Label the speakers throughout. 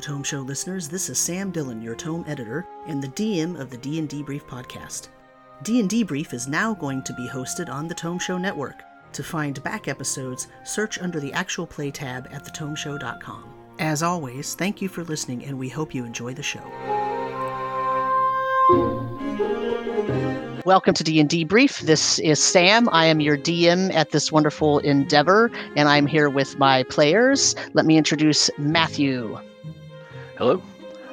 Speaker 1: Tome Show listeners, this is Sam Dillon, your Tome editor and the DM of the D&D Brief podcast. D&D Brief is now going to be hosted on the Tome Show network. To find back episodes, search under the actual play tab at thetomeshow.com. As always, thank you for listening and we hope you enjoy the show. Welcome to D&D Brief. This is Sam. I am your DM at this wonderful endeavor and I'm here with my players. Let me introduce Matthew.
Speaker 2: Hello,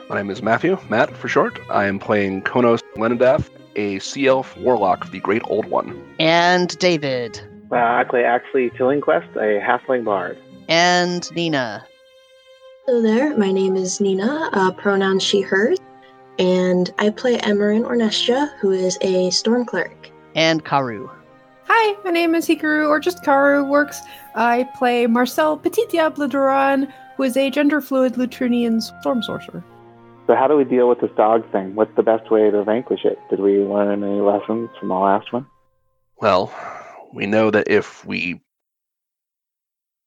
Speaker 2: my name is Matthew, Matt for short. I am playing Konos Lenadath, a sea elf warlock, the Great Old One.
Speaker 1: and David
Speaker 3: Uh, I play Axley Tillinquest, a halfling bard.
Speaker 1: and Nina.
Speaker 4: Hello there, my name is Nina, uh, pronoun she, hers, and I play Emerin Ornestia, who is a storm cleric.
Speaker 1: and Karu.
Speaker 5: Hi, my name is Hikaru, or just Karu Works. I play Marcel Petit Diable Duran, who is a gender fluid Lutrunian storm sorcerer.
Speaker 3: So, how do we deal with this dog thing? What's the best way to vanquish it? Did we learn any lessons from the last one?
Speaker 2: Well, we know that if we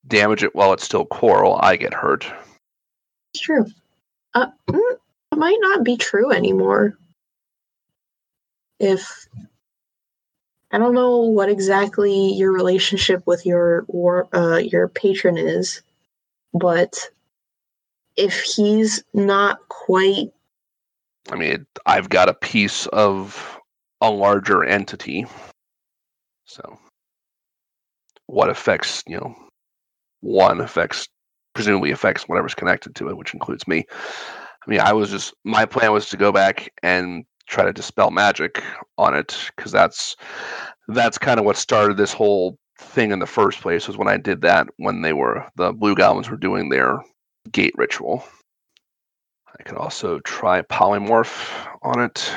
Speaker 2: damage it while it's still coral, I get hurt.
Speaker 4: It's true. Uh, mm, it might not be true anymore. If I don't know what exactly your relationship with your war, uh, your patron is, but if he's not quite
Speaker 2: I mean, I've got a piece of a larger entity. So, what affects, you know, one affects, presumably affects whatever's connected to it, which includes me. I mean, I was just, my plan was to go back and try to dispel magic on it because that's that's kind of what started this whole thing in the first place was when I did that when they were the blue goblins were doing their gate ritual. I could also try polymorph on it.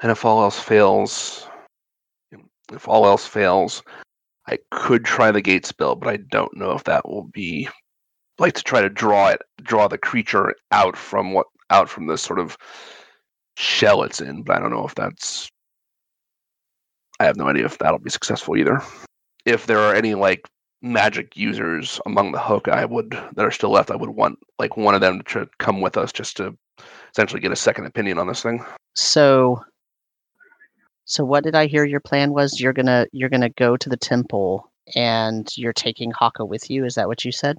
Speaker 2: And if all else fails, if all else fails, I could try the gate spell, but I don't know if that will be I'd like to try to draw it draw the creature out from what out from the sort of shell it's in, but I don't know if that's I have no idea if that'll be successful either. If there are any like magic users among the hook I would that are still left, I would want like one of them to tr- come with us just to essentially get a second opinion on this thing.
Speaker 1: So so what did I hear your plan was you're going to you're going to go to the temple and you're taking Haka with you is that what you said?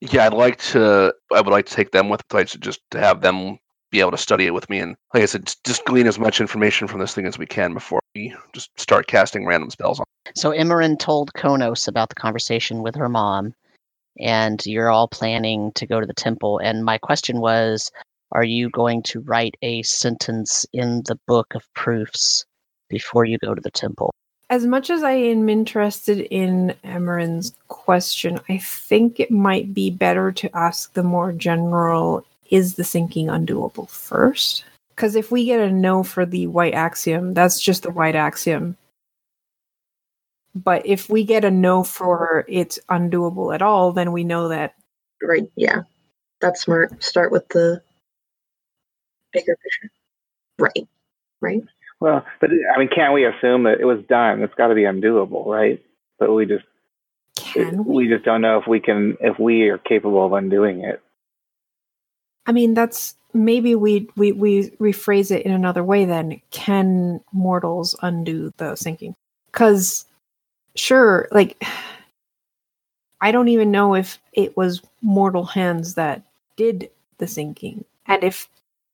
Speaker 2: Yeah, I'd like to. I would like to take them with. I'd like to just to have them be able to study it with me, and like I said, just- just glean as much information from this thing as we can before we just start casting random spells on.
Speaker 1: So Imran told Konos about the conversation with her mom and you're all planning to go to the temple and my question was are you going to write a sentence in the book of proofs before you go to the temple?
Speaker 5: As much as I am interested in Emerin's question, I think it might be better to ask the more general is the sinking undoable first? Because if we get a no for the white axiom, that's just the white axiom. But if we get a no for it's undoable at all, then we know that
Speaker 4: Right, yeah. That's smart. Start with the bigger picture. Right.
Speaker 3: Well, but I mean, can't we assume that it was done? It's got to be undoable, right? But we just
Speaker 5: can
Speaker 3: we just don't know if we can if we are capable of undoing it.
Speaker 5: I mean, that's maybe we we we rephrase it in another way. Then, can mortals undo the sinking? Because, sure, like I don't even know if it was mortal hands that did the sinking, and if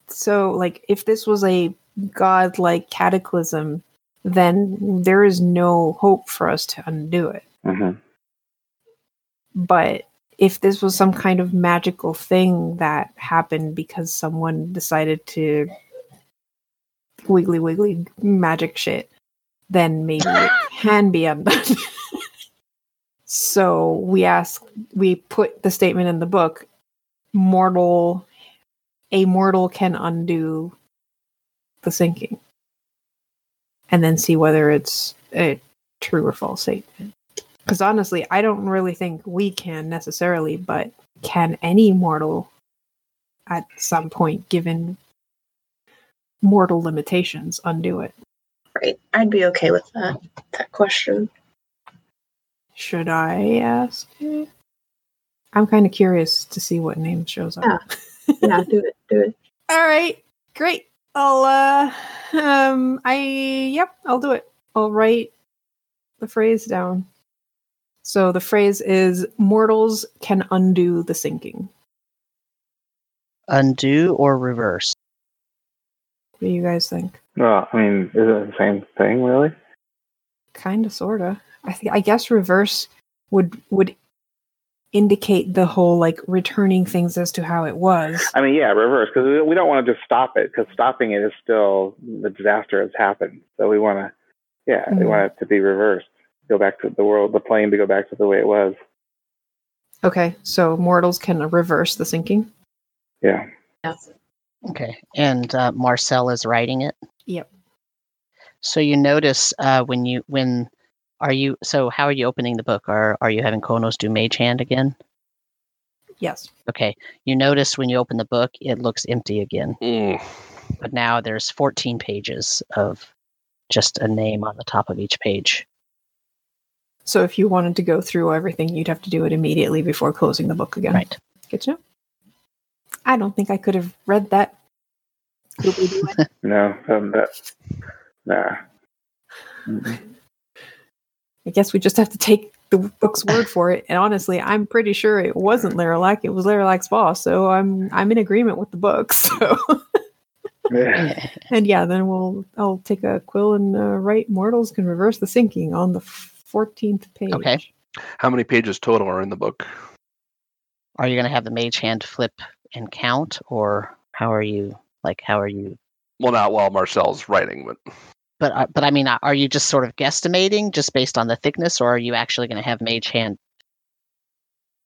Speaker 5: so, like if this was a godlike cataclysm, then there is no hope for us to undo it
Speaker 3: Mm-hmm.
Speaker 5: but if this was some kind of magical thing that happened because someone decided to wiggly wiggly magic shit, then maybe it can be undone. so we ask, we put the statement in the book: mortal, a mortal can undo the sinking, and then see whether it's a true or false statement. Because honestly, I don't really think we can necessarily, but can any mortal at some point, given mortal limitations, undo it?
Speaker 4: Right. I'd be okay with that that question.
Speaker 5: Should I ask? it? I'm kind of curious to see what name shows up.
Speaker 4: Yeah. yeah, do it, do it.
Speaker 5: All right, great. I'll uh, um, I yep, I'll do it. I'll write the phrase down. So the phrase is mortals can undo the sinking.
Speaker 1: Undo or reverse?
Speaker 5: What do you guys think?
Speaker 3: Well, I mean, is it the same thing, really?
Speaker 5: Kind of, sorta. I think I guess reverse would would indicate the whole like returning things as to how it was.
Speaker 3: I mean, yeah, reverse because we don't want to just stop it because stopping it is still the disaster has happened. So we want to, yeah, we
Speaker 5: Mhm.
Speaker 3: want it to be reversed, go back to the world, the plane to go back to the way it was.
Speaker 5: Okay, so mortals can reverse the sinking.
Speaker 3: Yeah.
Speaker 4: Yes.
Speaker 1: Okay. And uh, Marcel is writing it.
Speaker 5: Yep.
Speaker 1: So you notice uh, when you when are you so how are you opening the book? Are are you having Konos do mage hand again?
Speaker 5: Yes.
Speaker 1: Okay. You notice when you open the book, it looks empty again,
Speaker 2: Mm.
Speaker 1: but now there's 14 pages of just a name on the top of each page.
Speaker 5: So if you wanted to go through everything, you'd have to do it immediately before closing the book again.
Speaker 1: Right.
Speaker 5: Good to know. I don't think I could have read that. Googly-doo.
Speaker 3: No. Um, that, nah.
Speaker 5: I guess we just have to take the book's word for it. And honestly, I'm pretty sure it wasn't Larillac. It was Larillac's boss. So I'm I'm in agreement with the book. So
Speaker 3: Yeah.
Speaker 5: and yeah, then we'll I'll take a quill and uh, write mortals can reverse the sinking on the 14th page.
Speaker 1: Okay.
Speaker 2: How many pages total are in the book?
Speaker 1: Are you going to have the mage hand flip and count or how are you like how are you
Speaker 2: Well, not while Marcel's writing, but
Speaker 1: but uh, but I mean uh, are you just sort of guesstimating just based on the thickness or are you actually going to have mage hand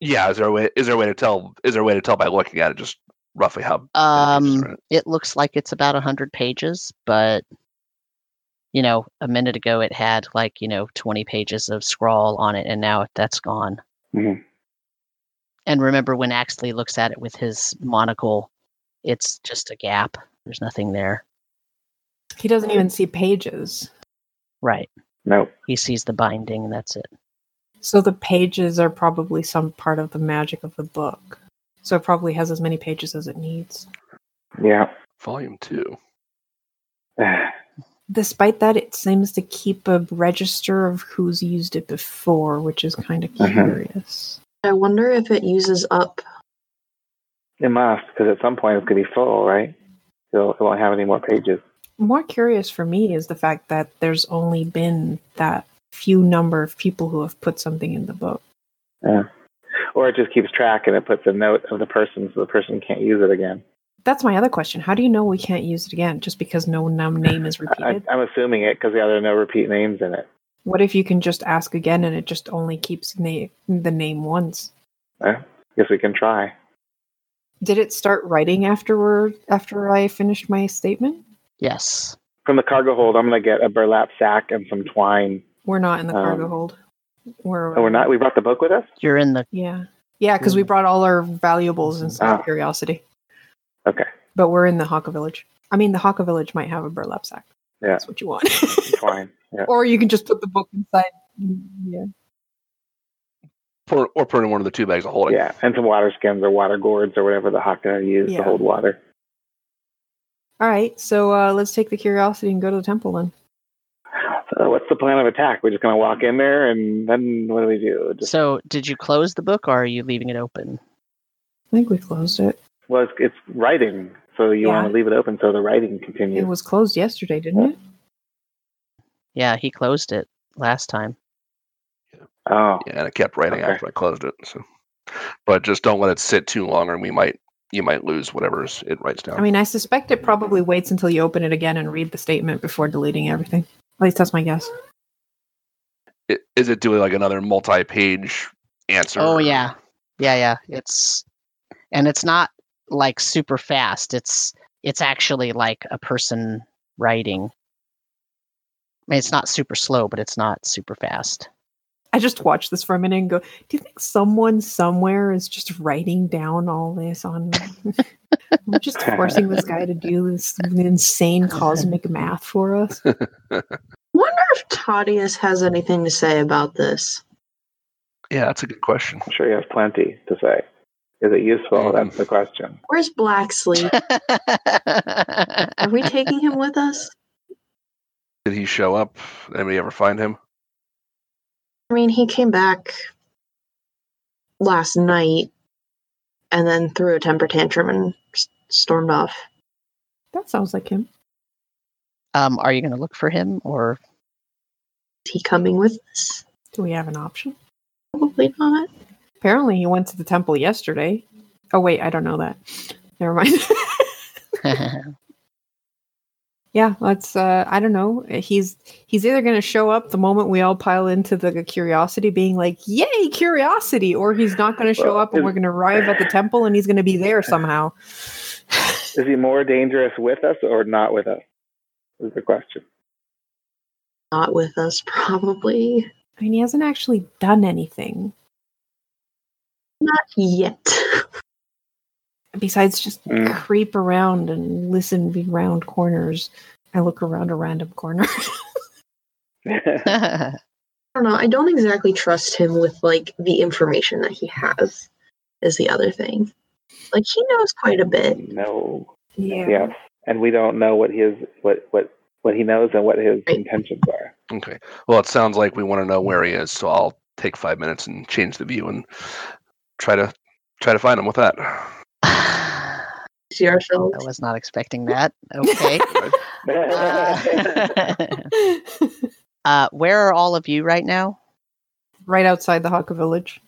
Speaker 2: yeah, is there a way? Is there a way to tell? Is there a way to tell by looking at it just roughly how? pages are
Speaker 1: Um,
Speaker 2: in it?
Speaker 1: it looks like it's about 100 pages, but you know, a minute ago it had like, you know, 20 pages of scrawl on it, and now that's gone.
Speaker 3: Mhm.
Speaker 1: And remember when Axley looks at it with his monocle, it's just a gap. There's nothing there.
Speaker 5: He doesn't even see pages.
Speaker 1: Right.
Speaker 3: Nope.
Speaker 1: He sees the binding, and that's it.
Speaker 5: So the pages are probably some part of the magic of the book. So it probably has as many pages as it needs.
Speaker 3: Yeah.
Speaker 2: Volume two.
Speaker 5: Despite that, it seems to keep a register of who's used it before, which is kind of
Speaker 3: Mhm.
Speaker 5: curious.
Speaker 4: I wonder if it uses up.
Speaker 3: It must because at some point it's going to be full, right? So it won't have any more pages.
Speaker 5: More curious for me is the fact that there's only been that few number of people who have put something in the book.
Speaker 3: Or it just keeps track and it puts a note of the person so the person can't use it again.
Speaker 5: That's my other question. How do you know we can't use it again just because no num name is
Speaker 3: I,
Speaker 5: repeated?
Speaker 3: I'm assuming it because yeah, there are no repeat names in it.
Speaker 5: What if you can just ask again and it just only keeps na- the name once?
Speaker 3: Guess we can try.
Speaker 5: Did it start writing afterward after I finished my statement?
Speaker 1: Yes.
Speaker 3: From the cargo hold, I'm going to get a burlap sack and some twine.
Speaker 5: We're not in the cargo
Speaker 3: Um,
Speaker 5: hold. We're
Speaker 3: Oh, we're not. We brought the book with us.
Speaker 1: You're in the.
Speaker 5: Yeah. Yeah, because we brought all our valuables and stuff,
Speaker 3: Ah.
Speaker 5: curiosity.
Speaker 3: Okay.
Speaker 5: But we're in the Hawka Village. I mean, the Hawka Village might have a burlap sack.
Speaker 3: Yeah.
Speaker 5: That's what you want.
Speaker 3: Twine. Yeah.
Speaker 5: or you can just put the book inside. Yeah.
Speaker 2: Put, or put in one of the two bags of holding.
Speaker 3: Yeah, and some water skins or water gourds or whatever the Haka use
Speaker 5: Yeah.
Speaker 3: to hold water.
Speaker 5: All right. So uh, let's take the curiosity and go to the temple then.
Speaker 3: So what's the plan of attack? We're just going to walk in there and then what do we do? Just,
Speaker 1: So, did you close the book or are you leaving it open?
Speaker 5: I think we closed it.
Speaker 3: well, it's, it's writing, so you
Speaker 5: Yeah.
Speaker 3: want to leave it open so the writing continues.
Speaker 5: It was closed yesterday, didn't it?
Speaker 1: Yeah, he closed it last time.
Speaker 3: oh,
Speaker 2: Yeah, and I kept writing
Speaker 3: Okay.
Speaker 2: after I closed it. So, but just don't let it sit too long, or we might you might lose whatever is- it writes down.
Speaker 5: I mean, I suspect it probably waits until you open it again and read the statement before deleting everything. At least that's my guess.
Speaker 2: I- is it doing like another multi-page answer?
Speaker 1: Oh
Speaker 2: or-
Speaker 1: yeah, yeah, yeah. It's and it's not like super fast. It's it's actually like a person writing. I mean, it's not super slow, but it's not super fast.
Speaker 5: I just watched this for a minute and go, do you think someone somewhere is just writing down all this on I'm just forcing this guy to do this insane cosmic math for us?
Speaker 4: Wonder if Tadius has anything to say about this.
Speaker 2: Yeah, that's a good question.
Speaker 3: I'm sure you have plenty to say. Is it useful?
Speaker 5: Mm.
Speaker 2: Mhm.
Speaker 3: That's the question.
Speaker 4: Where's Black Sleep? Are we taking him with us?
Speaker 2: Did he show up? Anybody ever find him?
Speaker 4: I mean, he came back last night and then threw a temper tantrum and s- stormed off.
Speaker 5: That sounds like him.
Speaker 1: um, are you going to look for him or
Speaker 4: Is he coming with us?
Speaker 5: Do we have an option?
Speaker 4: Probably not.
Speaker 5: Apparently, he went to the temple yesterday. Oh wait, I don't know that. Never mind. yeah, let's. Uh, I don't know. He's he's either going to show up the moment we all pile into the curiosity, being like, "Yay, curiosity!" or he's not going to show
Speaker 3: Well,
Speaker 5: up, and
Speaker 3: is-
Speaker 5: we're going to arrive at the temple, and he's going to be there somehow.
Speaker 3: Is he more dangerous with us or not with us? Is the question.
Speaker 4: Not with us, probably.
Speaker 5: I mean, he hasn't actually done anything
Speaker 4: Not yet.
Speaker 5: besides just
Speaker 3: Mm.
Speaker 5: creep around and listen around corners. I look around a random corner.
Speaker 4: I don't know. I don't exactly trust him with like the information that he has. Is the other thing. Like he knows quite a bit.
Speaker 3: no. Yes. And we don't know what his what what what he knows and what his intentions are.
Speaker 2: Okay. Well, it sounds like we want to know where he is, so I'll take five minutes and change the view and try to try to find him with that.
Speaker 1: I
Speaker 4: See ourselves.
Speaker 1: was not expecting that. Okay. Uh, uh, where are all of you right now?
Speaker 5: right outside the Hawker Village.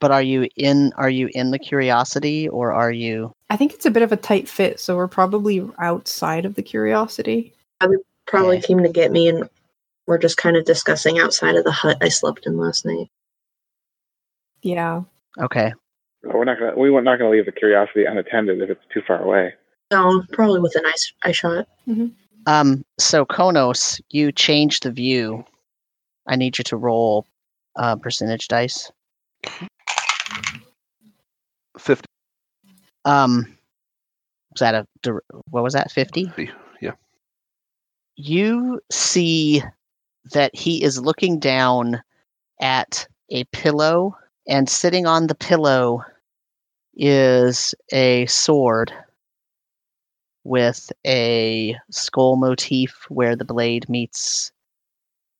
Speaker 1: But are you in? Are you in the curiosity, or are you?
Speaker 5: I think it's a bit of a tight fit, so we're probably outside of the curiosity.
Speaker 4: Probably
Speaker 1: Yeah.
Speaker 4: came to get me, and we're just kind of discussing outside of the hut I slept in last night.
Speaker 5: Yeah.
Speaker 1: Okay.
Speaker 3: we're not gonna we were not gonna leave the curiosity unattended if it's too far away.
Speaker 4: No, probably with an ice eye shot.
Speaker 1: Um. So Konos, you changed the view. I need you to roll uh, percentage dice.
Speaker 2: Fifty.
Speaker 1: Um. Was that a dir- what was that? Fifty.
Speaker 2: Yeah.
Speaker 1: you see that he is looking down at a pillow, and sitting on the pillow is a sword with a skull motif where the blade meets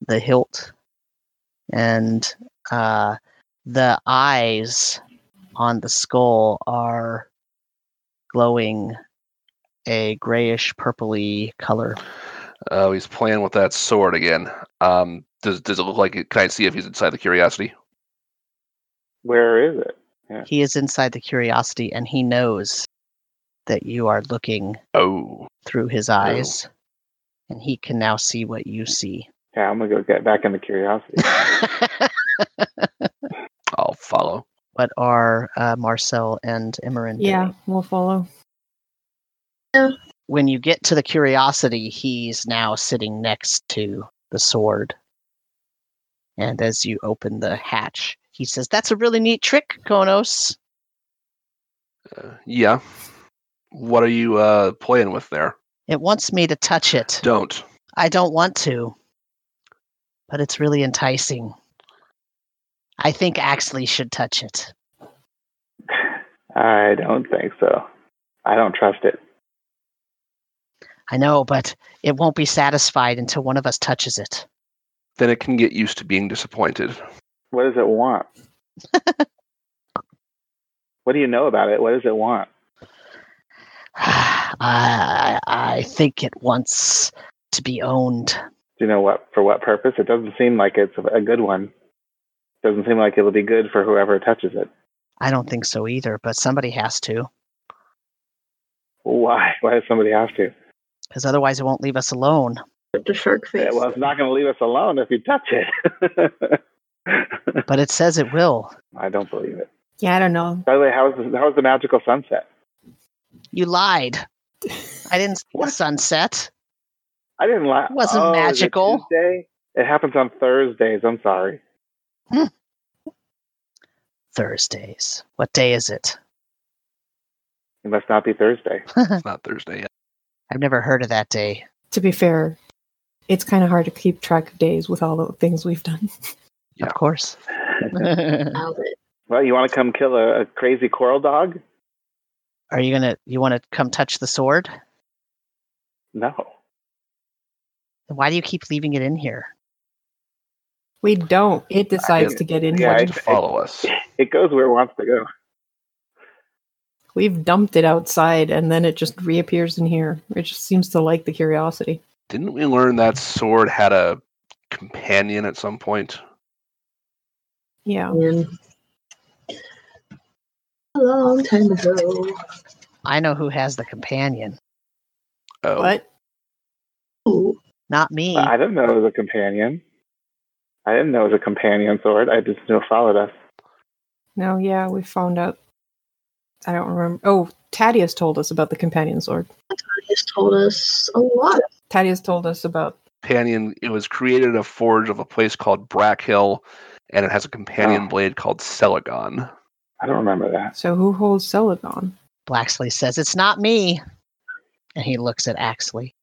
Speaker 1: the hilt. And uh, the eyes on the skull are glowing a grayish purpley color.
Speaker 2: Oh, he's playing with that sword again. Um, does does it look like? It, can I see if he's inside the curiosity?
Speaker 3: Where is it?
Speaker 1: He is inside the curiosity and he knows that you are looking
Speaker 2: Oh,
Speaker 1: through his eyes and he can now see what you see.
Speaker 3: Yeah, I'm gonna go get back in the curiosity.
Speaker 2: I'll follow.
Speaker 1: what are uh, Marcel and Emerin
Speaker 5: Yeah,
Speaker 1: doing?
Speaker 5: we'll follow.
Speaker 1: When you get to the curiosity, he's now sitting next to the sword. And as you open the hatch, he says, That's a really neat trick, Konos.
Speaker 2: Uh, yeah. What are you uh, playing with there?
Speaker 1: It wants me to touch it.
Speaker 2: Don't.
Speaker 1: I don't want to, but it's really enticing. I think Axley should touch it.
Speaker 3: I don't think so. I don't trust it.
Speaker 1: I know, but it won't be satisfied until one of us touches it.
Speaker 2: Then it can get used to being disappointed.
Speaker 3: What does it want? what do you know about it? What does it want?
Speaker 1: I, I think it wants to be owned.
Speaker 3: Do you know what for what purpose? It doesn't seem like it's a good one. Doesn't seem like it'll be good for whoever touches it.
Speaker 1: I don't think so either, but somebody has to,
Speaker 3: Why? Why does somebody have to?
Speaker 1: because otherwise it won't leave us alone.
Speaker 4: With the shark face.
Speaker 3: Well, it's not going to leave us alone if you touch it.
Speaker 1: But it says it will.
Speaker 3: I don't believe it.
Speaker 5: Yeah, I don't know.
Speaker 3: By the way, how is the, how is the magical sunset?
Speaker 1: You lied. I didn't see the
Speaker 3: What?
Speaker 1: sunset.
Speaker 3: I didn't lie.
Speaker 1: It wasn't
Speaker 3: oh, is it
Speaker 1: magical.
Speaker 3: Tuesday? It happens on Thursdays. I'm sorry.
Speaker 1: Thursdays. What day is it?
Speaker 3: It must not be Thursday.
Speaker 2: It's not Thursday yet.
Speaker 1: I've never heard of that day.
Speaker 5: To be fair, it's kind of hard to keep track of days with all the things we've done.
Speaker 2: Yeah.
Speaker 1: Of course.
Speaker 4: Nailed it.
Speaker 3: Well, you want to come kill a, a crazy coral dog?
Speaker 1: Are you gonna? You want to come touch the sword?
Speaker 3: No.
Speaker 1: Why do you keep leaving it in here?
Speaker 5: We don't. It decides
Speaker 2: Yeah.
Speaker 5: to get in
Speaker 3: Yeah,
Speaker 5: here.
Speaker 2: Wants
Speaker 3: I-
Speaker 2: to follow us.
Speaker 3: It goes where it wants to go.
Speaker 5: We've dumped it outside and then it just reappears in here. It just seems to like the curiosity.
Speaker 2: Didn't we learn that sword had a companion at some point?
Speaker 5: Yeah.
Speaker 4: And a long time ago.
Speaker 1: I know who has the companion.
Speaker 2: Oh,
Speaker 5: What?
Speaker 4: Ooh,
Speaker 1: Not me.
Speaker 3: I didn't know it was a companion. I didn't know it was a companion sword. I just knew it followed us.
Speaker 5: No, yeah, we found out. I don't remember. Oh, Thaddeus told us about the companion sword.
Speaker 4: he's told us a lot.
Speaker 5: Thaddeus told us about.
Speaker 2: companion. It was created a forge of a place called Brackhill, and it has a companion
Speaker 3: Oh.
Speaker 2: blade called Celagon.
Speaker 3: I don't remember that.
Speaker 5: So who holds Celadon?
Speaker 1: Blaxley says, It's not me. And he looks at Axley.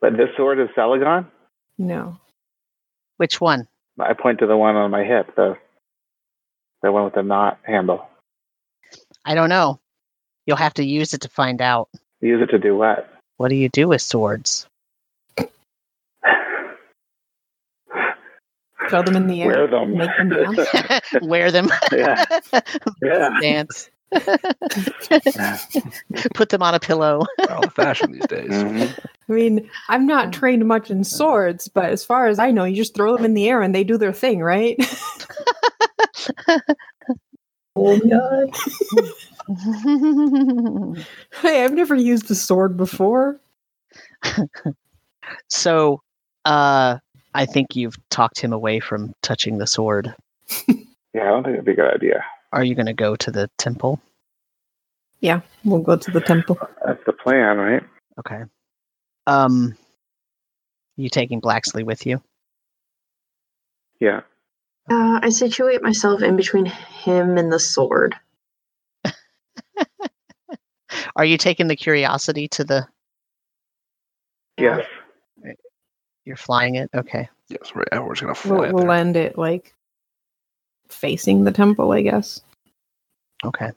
Speaker 3: But this sword is Salagon?
Speaker 5: No.
Speaker 1: Which one?
Speaker 3: I point to the one on my hip, the the one with the knot handle.
Speaker 1: I don't know. You'll have to use it to find out.
Speaker 3: Use it to do what?
Speaker 1: What do you do with swords?
Speaker 5: Throw them in the air.
Speaker 3: Wear them.
Speaker 5: Make them dance.
Speaker 1: Wear them.
Speaker 3: yeah. Yeah.
Speaker 1: Dance. Put them on a pillow.
Speaker 2: Out of fashion these days.
Speaker 3: Mhm.
Speaker 5: I mean, I'm not trained much in swords, but as far as I know, you just throw them in the air and they do their thing, right?
Speaker 4: Oh my god.
Speaker 5: hey, I've never used a sword before.
Speaker 1: so uh I think you've talked him away from touching the sword.
Speaker 3: Yeah, I don't think it'd be a good idea.
Speaker 1: Are you gonna go to the temple?
Speaker 5: We'll go to the temple.
Speaker 3: That's the plan, right?
Speaker 1: Okay. Um you taking Blaxley with you?
Speaker 3: Yeah.
Speaker 4: Uh, I situate myself in between him and the sword.
Speaker 1: Are you taking the curiosity to the
Speaker 3: Yes.
Speaker 1: you're flying it? Okay.
Speaker 2: Yes, right. Now we're just gonna fly
Speaker 5: We'll,
Speaker 2: it
Speaker 5: we'll
Speaker 2: there.
Speaker 5: land it like facing the temple, I guess.
Speaker 1: Okay.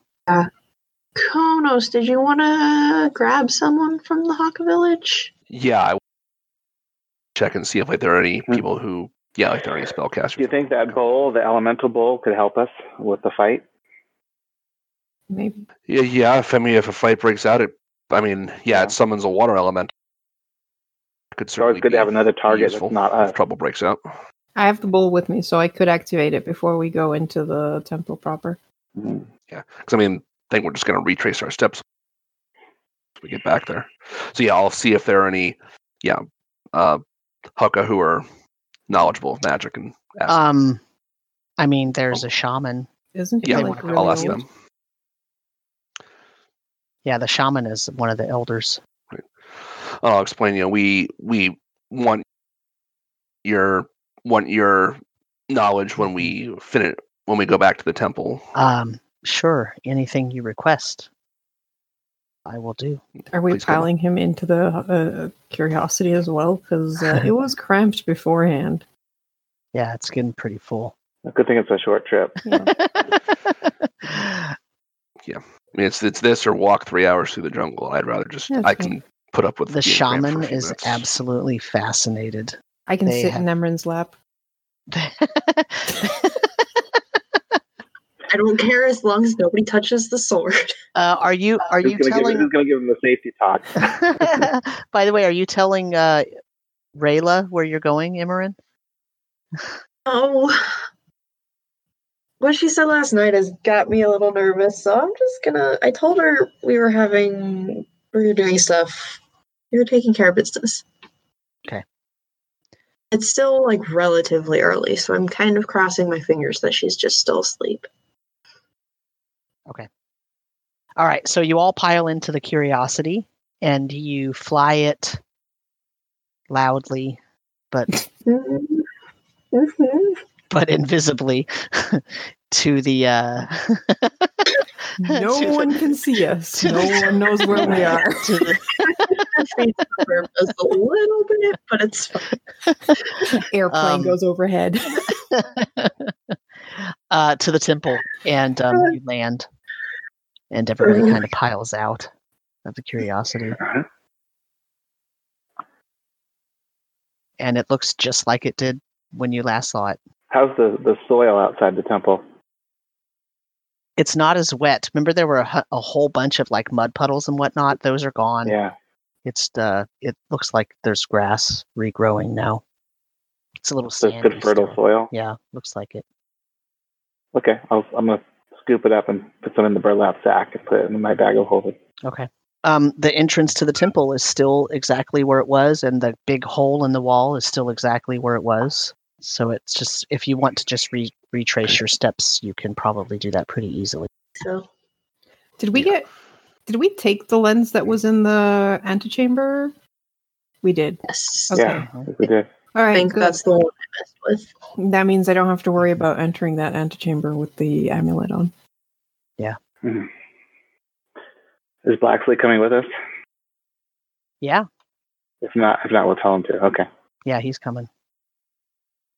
Speaker 4: Konos, did you want to grab someone from the Hawk Village?
Speaker 2: Yeah, I check and see if like there are any
Speaker 3: Hmm.
Speaker 2: people who yeah, like there are any spellcasters.
Speaker 3: Do you think that bowl, the elemental bowl, could help us with the fight?
Speaker 5: Maybe.
Speaker 2: Yeah, yeah. If I mean, if a fight breaks out, it. I mean, yeah,
Speaker 3: Yeah.
Speaker 2: it summons a water element. Could
Speaker 3: So
Speaker 2: certainly
Speaker 3: it's good
Speaker 2: be
Speaker 3: to have another uh, target
Speaker 2: useful
Speaker 3: that's not
Speaker 2: if
Speaker 3: us.
Speaker 2: trouble breaks out.
Speaker 5: I have the bowl with me, so I could activate it before we go into the temple proper.
Speaker 3: Mhm.
Speaker 2: Yeah, because I mean, I think we're just gonna retrace our steps. When we get back there, so yeah, I'll see if there are any, yeah, uh, Hucka who are knowledgeable of magic and ask.
Speaker 1: Um I mean there's a shaman.
Speaker 5: Isn't he
Speaker 2: yeah,
Speaker 5: like really
Speaker 2: I'll ask
Speaker 5: old?
Speaker 2: them.
Speaker 1: Yeah, the shaman is one of the elders.
Speaker 2: I'll explain. You know, we we want your want your knowledge when we finish when we go back to the temple.
Speaker 1: Um, sure. Anything you request, I will do.
Speaker 5: Are we
Speaker 2: Please go on.
Speaker 5: piling him into the uh, curiosity as well? Because uh, it was cramped beforehand.
Speaker 1: Yeah, it's getting pretty full.
Speaker 3: Good thing it's a short trip.
Speaker 2: I mean, it's it's this or walk three hours through the jungle. I'd rather just
Speaker 5: That's
Speaker 2: I
Speaker 5: fine.
Speaker 2: can put up with
Speaker 1: the
Speaker 2: being cramped for a
Speaker 1: shaman
Speaker 2: few
Speaker 1: is
Speaker 2: minutes.
Speaker 1: absolutely fascinated.
Speaker 5: I can
Speaker 1: They
Speaker 5: sit
Speaker 1: have-
Speaker 5: in Emran's lap.
Speaker 1: uh,
Speaker 4: I don't care as long as nobody touches the sword.
Speaker 1: Uh, are you are
Speaker 3: Who's
Speaker 1: you
Speaker 3: gonna give-
Speaker 1: telling?
Speaker 3: who's going to give him the safety talk?
Speaker 1: by the way, are you telling uh, Rayla where you're going, Imran?
Speaker 4: Oh. What she said last night has got me a little nervous, so I'm just gonna. I told her we were having. We were doing stuff. We were taking care of business.
Speaker 1: Okay.
Speaker 4: It's still like relatively early, so I'm kind of crossing my fingers that she's just still asleep.
Speaker 1: All right, so you all pile into the curiosity and you fly it loudly, but
Speaker 4: Mhm. Mhm.
Speaker 1: but invisibly to the uh
Speaker 5: No
Speaker 1: To the-
Speaker 5: one can see us.
Speaker 1: to
Speaker 5: No
Speaker 1: the-
Speaker 5: one knows where we are.
Speaker 1: to the-
Speaker 4: Faint suburb does a little bit, but it's fine.
Speaker 5: Airplane
Speaker 1: Um,
Speaker 5: goes overhead.
Speaker 1: uh, to the temple, and um, you land, and everybody kind of piles out of the curiosity,
Speaker 3: Uh-huh.
Speaker 1: and it looks just like it did when you last saw it.
Speaker 3: How's the, the soil outside the temple?
Speaker 1: It's not as wet. Remember, there were a, hu- a whole bunch of like mud puddles and whatnot. Those are gone.
Speaker 3: Yeah.
Speaker 1: It's the. It looks like there's grass regrowing now. It's a little
Speaker 3: So it's
Speaker 1: sandy.
Speaker 3: good fertile
Speaker 1: still.
Speaker 3: soil.
Speaker 1: Yeah, looks like it.
Speaker 3: Okay. I'll, I'm going to scoop it up and put some in the burlap sack and put it in my bag of holding.
Speaker 1: Okay. Um, the entrance to the temple is still exactly where it was, and the big hole in the wall is still exactly where it was. So it's just if you want to just re- retrace your steps, you can probably do that pretty easily.
Speaker 4: So
Speaker 5: Did we get? Did we take the lens that was in the antechamber? We did.
Speaker 4: yes,
Speaker 5: Okay.
Speaker 3: Yeah. I think we did.
Speaker 5: All
Speaker 4: I
Speaker 5: right.
Speaker 4: think
Speaker 5: good.
Speaker 4: that's the one I messed with.
Speaker 5: That means I don't have to worry about entering that antechamber with the amulet on.
Speaker 3: Is Blacksley coming with us?
Speaker 1: Yeah,
Speaker 3: If not, if not, we'll tell him to. Okay.
Speaker 1: yeah, he's coming.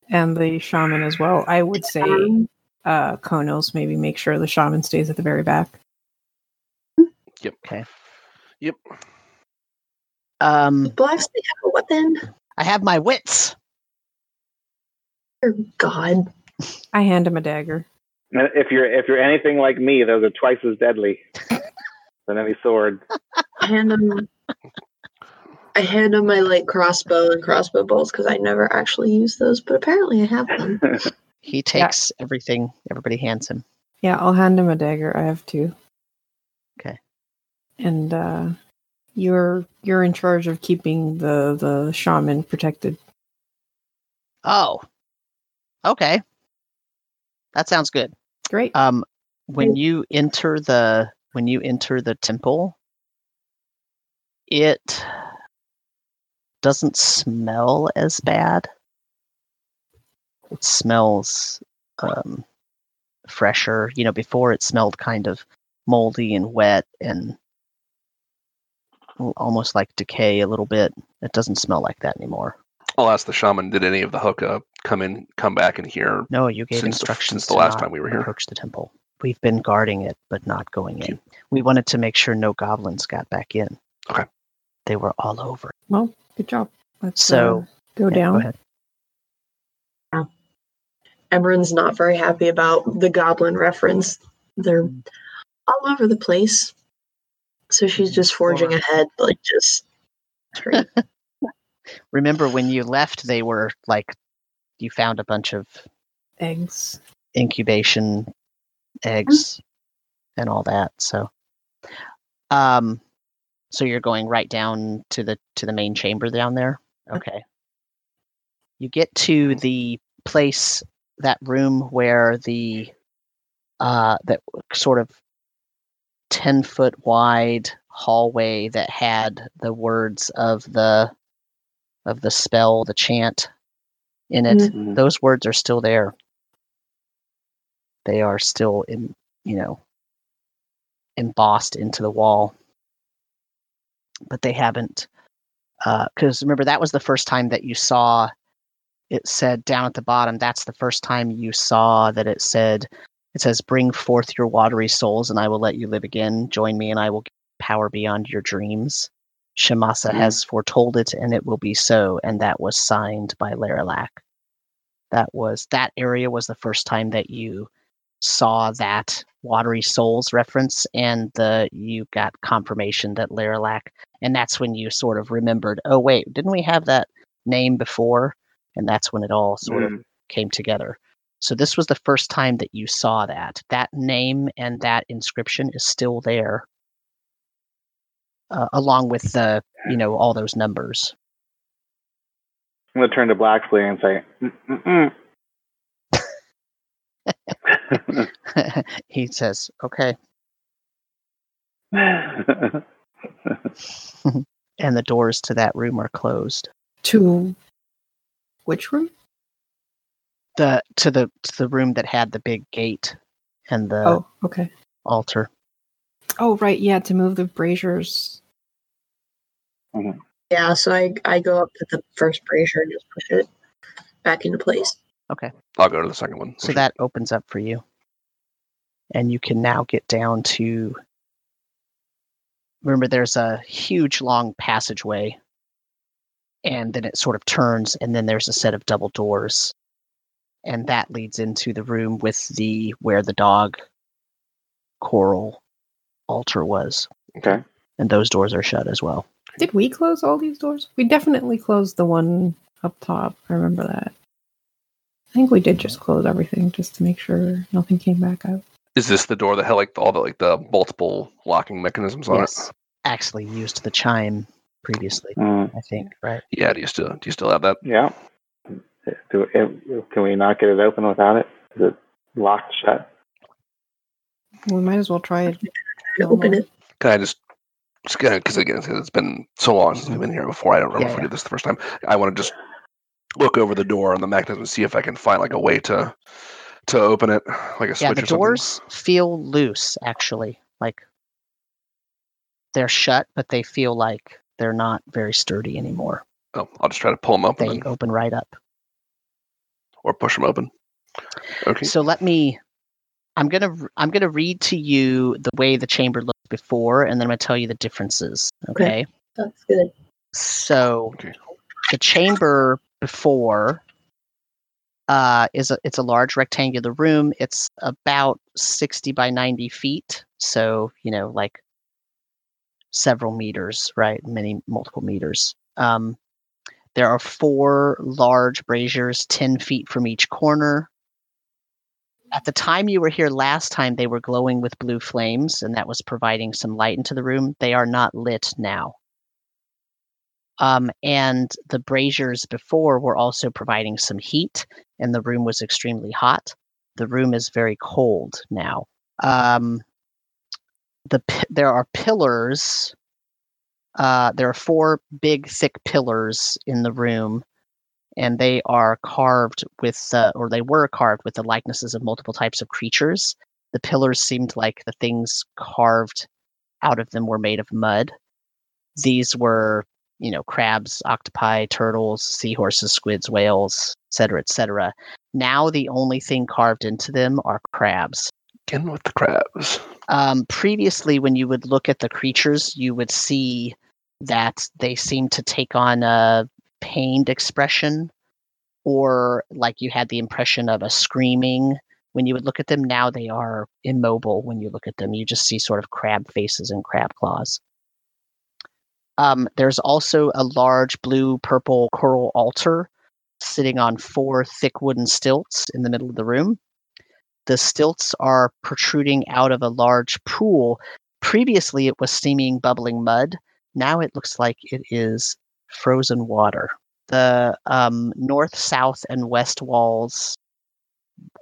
Speaker 5: And the shaman as well. I would say
Speaker 4: Um,
Speaker 5: uh Konos maybe make sure the shaman stays at the very back.
Speaker 2: Yep.
Speaker 1: Okay.
Speaker 2: Yep.
Speaker 1: Um,
Speaker 4: blacks they have a weapon.
Speaker 1: I have my wits.
Speaker 4: Dear God.
Speaker 5: I hand him a dagger.
Speaker 3: And if you're if you're anything like me, those are twice as deadly than any sword.
Speaker 4: I hand him I hand him my like crossbow and crossbow bolts because I never actually use those, but apparently I have them.
Speaker 1: He takes everything. Everybody hands him.
Speaker 5: Yeah, I'll hand him a dagger. I have two.
Speaker 1: Okay.
Speaker 5: And uh you're you're in charge of keeping the the shaman protected.
Speaker 1: Oh, okay, that sounds good.
Speaker 5: Great.
Speaker 1: um when you enter the when you enter the temple it doesn't smell as bad it smells um fresher you know before it smelled kind of moldy and wet and al- almost like decay a little bit it doesn't smell like that anymore
Speaker 2: I'll ask the shaman. Did any of the hookah come in, come back in here?
Speaker 1: No, you gave
Speaker 2: since the-
Speaker 1: instructions
Speaker 2: since the
Speaker 1: to
Speaker 2: last
Speaker 1: not
Speaker 2: time we were here.
Speaker 1: Approach the temple. We've been guarding it, but not going in. We wanted to make sure no goblins got back in.
Speaker 2: Okay.
Speaker 1: They were all over.
Speaker 5: well, good job. Let's
Speaker 1: So-
Speaker 5: uh, go
Speaker 1: Yeah,
Speaker 5: down.
Speaker 1: Go ahead.
Speaker 4: Emran's not very happy about the goblin reference. They're all over the place. So she's just forging
Speaker 1: Or-
Speaker 4: ahead, like just straight.
Speaker 1: Remember when you left? They were like, you found a bunch of
Speaker 5: Eggs.
Speaker 1: incubation eggs and all that. So, um, so you're going right down to the to the main chamber down there. Okay. You get to the place that room where the uh that sort of 10 foot wide hallway that had the words of the of the spell the chant in it
Speaker 3: Mhm.
Speaker 1: those words are still there they are still in you know embossed into the wall but they haven't because remember that was the first time that you saw it said down at the bottom that's the first time you saw that it said it says bring forth your watery souls and i will let you live again join me and i will give you power beyond your dreams shemasa
Speaker 3: Mhm.
Speaker 1: has foretold it and it will be so and that was signed by larillac that was that area was the first time that you saw that watery souls reference and the you got confirmation that Larillac and that's when you sort of remembered oh wait didn't we have that name before and that's when it all sort of
Speaker 3: Mm.
Speaker 1: came together so this was the first time that you saw that that name and that inscription is still there uh, along with the you know all those numbers
Speaker 3: I'm gonna turn to Blacksley and say, "Mm, mm,
Speaker 1: he says okay
Speaker 3: mm."
Speaker 1: and the doors to that room are closed
Speaker 5: To which room?
Speaker 1: the to the to the room that had the big gate and the
Speaker 5: oh, okay.
Speaker 1: altar.
Speaker 5: Oh right, yeah, to move the braziers.
Speaker 4: Yeah, so I I go up to the first brazier and just push it back into place.
Speaker 2: I'll go to the second one.
Speaker 1: So that opens up for you. And you can now get down to. Remember, there's a huge long passageway. And then it sort of turns, and then there's a set of double doors. And that leads into the room with the where the dog coral altar was.
Speaker 3: Okay.
Speaker 1: And those doors are shut as well.
Speaker 5: Did we close all these doors? We definitely closed the one up top. I remember that. I think we did just close everything just to make sure nothing came back out.
Speaker 2: Is this the door that had like all the like the multiple locking mechanisms on
Speaker 1: yes. Actually used the chime previously,
Speaker 3: Mm,
Speaker 1: I think, right?
Speaker 2: it? Yeah. Do you still do you still have that?
Speaker 3: yeah. Do, it, can we not get it open without it? Is it locked shut?
Speaker 5: We might as well try it.
Speaker 4: And open it.
Speaker 2: Can I just because again it's- it's been so long since we've been here before. I don't remember
Speaker 1: Yeah,
Speaker 2: if we
Speaker 1: yeah.
Speaker 2: did this the first time. I want to just look over the door on the mechanism and see if I can find like a way to to open it, like a switch
Speaker 1: yeah, the
Speaker 2: or something.
Speaker 1: doors feel loose, actually. Like they're shut, but they feel like they're not very sturdy anymore.
Speaker 2: Oh, I'll just try to pull them open
Speaker 1: They
Speaker 2: then,
Speaker 1: open right up.
Speaker 2: or push them open. Okay.
Speaker 1: So let me. I'm gonna r- I'm gonna read to you the way the chamber looked before, and then I'm gonna tell you the differences.
Speaker 4: Okay.
Speaker 1: Okay.
Speaker 4: That's good.
Speaker 1: So
Speaker 2: Okay.
Speaker 1: the chamber before uh, is a, it's a large rectangular room. It's about sixty by ninety feet, so you know, like several meters, right? Many multiple meters. Um, there are four large braziers, ten feet from each corner. At the time you were here last time, they were glowing with blue flames, and that was providing some light into the room. They are not lit now um, and the braziers before were also providing some heat, and the room was extremely hot. The room is very cold now. Um, the pi- there are pillars. Uh, there are four big, thick pillars in the room, and they are carved with, uh, or they were carved with the likenesses of multiple types of creatures. The pillars seemed like the things carved out of them were made of mud. These were you know crabs octopi turtles seahorses squids whales et cetera, et cetera. now the only thing carved into them are crabs
Speaker 2: Again with the crabs.
Speaker 1: um, previously when you would look at the creatures you would see that they seem to take on a pained expression or like you had the impression of a screaming when you would look at them now they are immobile when you look at them you just see sort of crab faces and crab claws um, there's also a large blue purple coral altar sitting on four thick wooden stilts in the middle of the room the stilts are protruding out of a large pool. Previously, it was steaming, bubbling mud. Now it looks like it is frozen water. The um, north, south, and west walls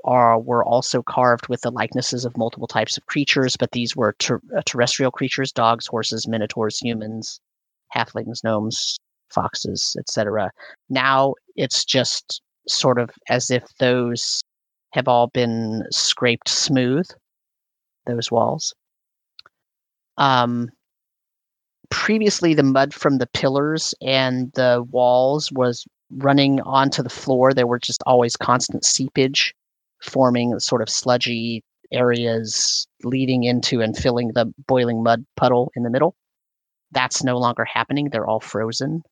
Speaker 1: are were also carved with the likenesses of multiple types of creatures, but these were ter- uh, terrestrial creatures: dogs, horses, minotaurs, humans, halflings, gnomes, foxes, etc. Now it's just sort of as if those have all been scraped smooth, those walls. Um, previously, the mud from the pillars and the walls was running onto the floor. There were just always constant seepage forming sort of sludgy areas leading into and filling the boiling mud puddle in the middle. That's no longer happening. They're all frozen.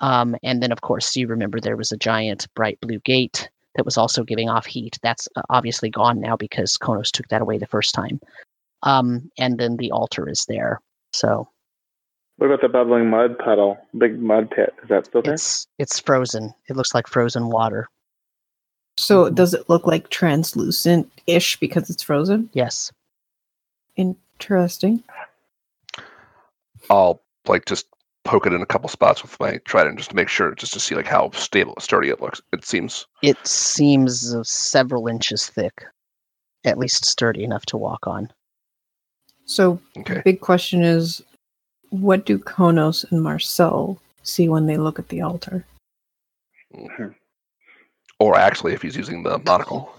Speaker 1: Um, and then, of course, you remember there was a giant bright blue gate that was also giving off heat. That's uh, obviously gone now because Konos took that away the first time. Um, and then the altar is there. So
Speaker 3: What about the bubbling mud puddle? Big mud pit. Is that still there?
Speaker 1: it's it's frozen. It looks like frozen water.
Speaker 5: So does it look like translucent ish because it's frozen?
Speaker 1: Yes.
Speaker 5: Interesting.
Speaker 2: I'll like just poke it in a couple spots with my trident just to make sure, just to see like how stable, sturdy it looks. It seems.
Speaker 1: It seems uh, several inches thick, at least sturdy enough to walk on.
Speaker 5: So the
Speaker 2: Okay.
Speaker 5: big question is what do Konos and Marcel see when they look at the altar?
Speaker 2: Or actually, if he's using the monocle,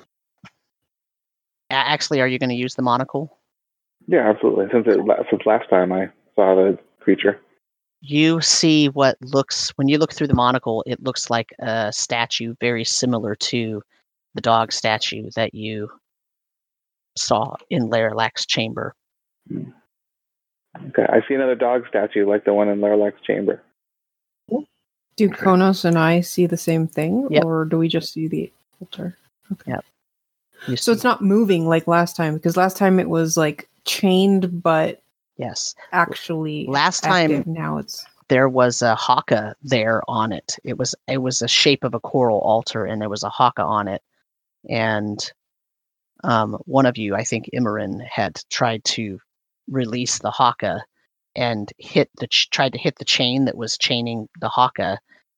Speaker 1: A- actually, are you going to use the monocle?
Speaker 3: Yeah, absolutely. Since it, la- since last time I saw the creature.
Speaker 1: You see what looks when you look through the monocle, it looks like a statue very similar to the dog statue that you saw in Larilac's chamber.
Speaker 3: Okay, I see another dog statue like the one in Larlac's chamber.
Speaker 5: Do Konos and I see the same thing,
Speaker 1: Yep.
Speaker 5: or do we just see the altar?
Speaker 1: You
Speaker 5: So
Speaker 1: see-
Speaker 5: it's not moving like last time, because last time it was like chained, but
Speaker 1: yes.
Speaker 5: actually
Speaker 1: Last time
Speaker 5: active. Now it's
Speaker 1: there was a haka there on it. It was it was a shape of a coral altar, and there was a haka on it. And um, one of you, I think Imran, had tried to release the haka and hit the ch- tried to hit the chain that was chaining the haka,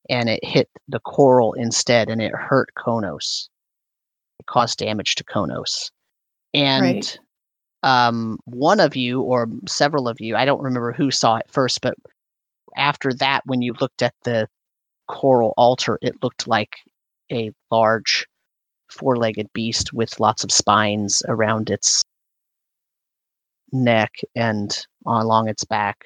Speaker 1: and it hit the coral instead, and it hurt Konos. It caused damage to Konos, and
Speaker 5: Right.
Speaker 1: um, one of you or several of you, I don't remember who saw it first, but after that, when you looked at the coral altar, it looked like a large four legged beast with lots of spines around its neck and along its back.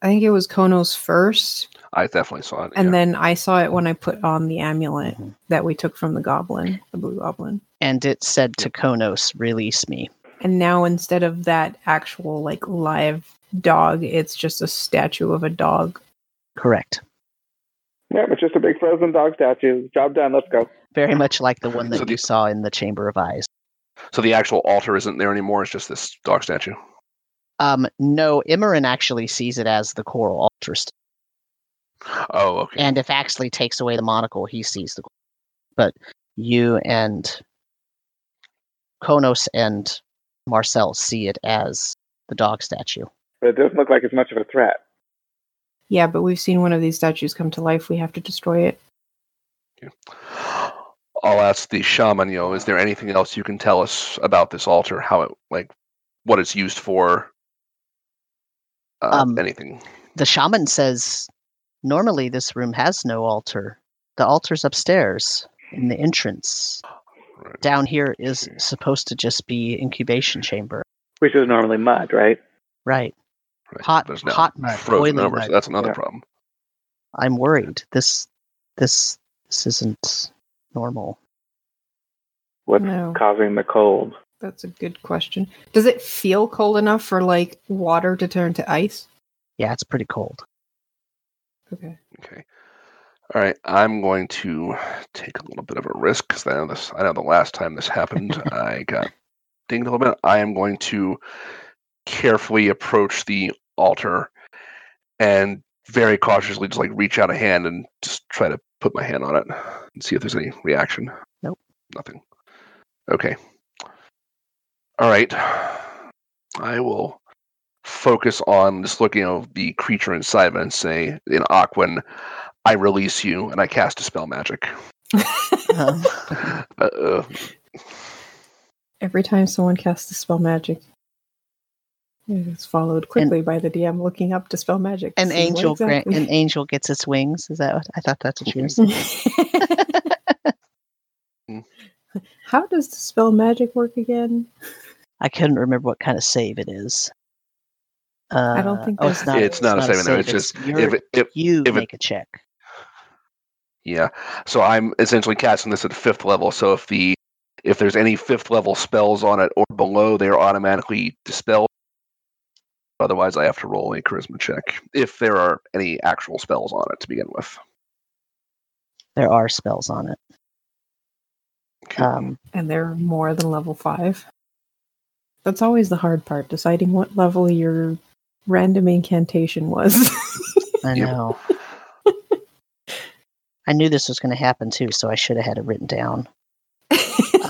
Speaker 5: I think it was Konos first,
Speaker 2: I definitely saw it.
Speaker 5: and
Speaker 2: yeah.
Speaker 5: then I saw it when I put on the amulet
Speaker 1: Mhm.
Speaker 5: that we took from the goblin, the blue goblin.
Speaker 1: And it said to Konos, Release me.
Speaker 5: And now instead of that actual like live dog, it's just a statue of a dog.
Speaker 1: Correct.
Speaker 3: Yeah, it's just a big frozen dog statue. Job done. Let's go.
Speaker 1: Very much like the one
Speaker 2: Mm-hmm. So
Speaker 1: that
Speaker 2: the-
Speaker 1: you saw in the Chamber of Eyes.
Speaker 2: so the actual altar isn't there anymore. It's just this dog statue.
Speaker 1: Um, no, Imran actually sees it as the coral altar. st-
Speaker 2: Oh, okay.
Speaker 1: And if Axley takes away the monocle, he sees the. But you and Konos and Marcel see it as the dog statue.
Speaker 3: But it doesn't look like it's much of a threat.
Speaker 5: Yeah, but we've seen one of these statues come to life. We have to destroy it.
Speaker 2: I'll ask the shaman, you know, is there anything else you can tell us about this altar? How it, like, what it's used for? Uh,
Speaker 1: Um,
Speaker 2: anything?
Speaker 1: The shaman says, "Normally, this room has no altar. The altar's upstairs in the entrance.
Speaker 2: Right.
Speaker 1: Down here is supposed to just be incubation chamber,
Speaker 3: Which is normally mud, right?
Speaker 1: right?
Speaker 2: Right.
Speaker 1: hot-
Speaker 2: There's no
Speaker 1: hot mud,
Speaker 2: frozen
Speaker 1: boiling
Speaker 2: over, so
Speaker 1: mud.
Speaker 2: that's another
Speaker 3: Yeah.
Speaker 2: problem.
Speaker 1: I'm worried. This, this, this isn't normal."
Speaker 3: What's
Speaker 5: No.
Speaker 3: causing the cold?
Speaker 5: That's a good question. Does it feel cold enough for like water to turn to ice?
Speaker 1: Yeah, it's pretty cold.
Speaker 5: Okay.
Speaker 2: Okay. All right. I'm going to take a little bit of a risk because I know this. I know the last time this happened, I got dinged a little bit. I am going to carefully approach the altar and very cautiously just like reach out a hand and just try to put my hand on it and see if there's any reaction.
Speaker 1: Nope.
Speaker 2: Nothing. Okay. All right. I will focus on just looking at the creature inside of it and say in Aquan, I release you and I cast a spell magic.
Speaker 1: Um,
Speaker 2: uh, uh,
Speaker 5: Every time someone casts a spell magic, it's followed quickly by the DM looking up dispel magic. to
Speaker 1: an
Speaker 5: see what
Speaker 1: angel grant
Speaker 5: exactly- Mm-hmm.
Speaker 1: an angel gets its wings. Is that what I thought that's what you were saying?
Speaker 5: How does dispel magic work again?
Speaker 1: I couldn't remember what kind of save it is. Uh,
Speaker 5: don't think
Speaker 1: oh, it's
Speaker 5: there's-
Speaker 1: not.
Speaker 2: It's not a save, no, it's just
Speaker 1: your-
Speaker 2: if it, if
Speaker 1: you
Speaker 2: if it-
Speaker 1: make a check.
Speaker 2: yeah, so I'm essentially casting this at fifth level. So if the if there's any fifth level spells on it or below, they are automatically dispelled. Otherwise, I have to roll a charisma check if there are any actual spells on it to begin with.
Speaker 1: There are spells on it.
Speaker 2: Okay.
Speaker 1: Um,
Speaker 5: And they're more than level five. That's always the hard part, deciding what level your random incantation was.
Speaker 1: I
Speaker 2: Yep.
Speaker 1: know. I knew this was going to happen too, so I should have had it written down.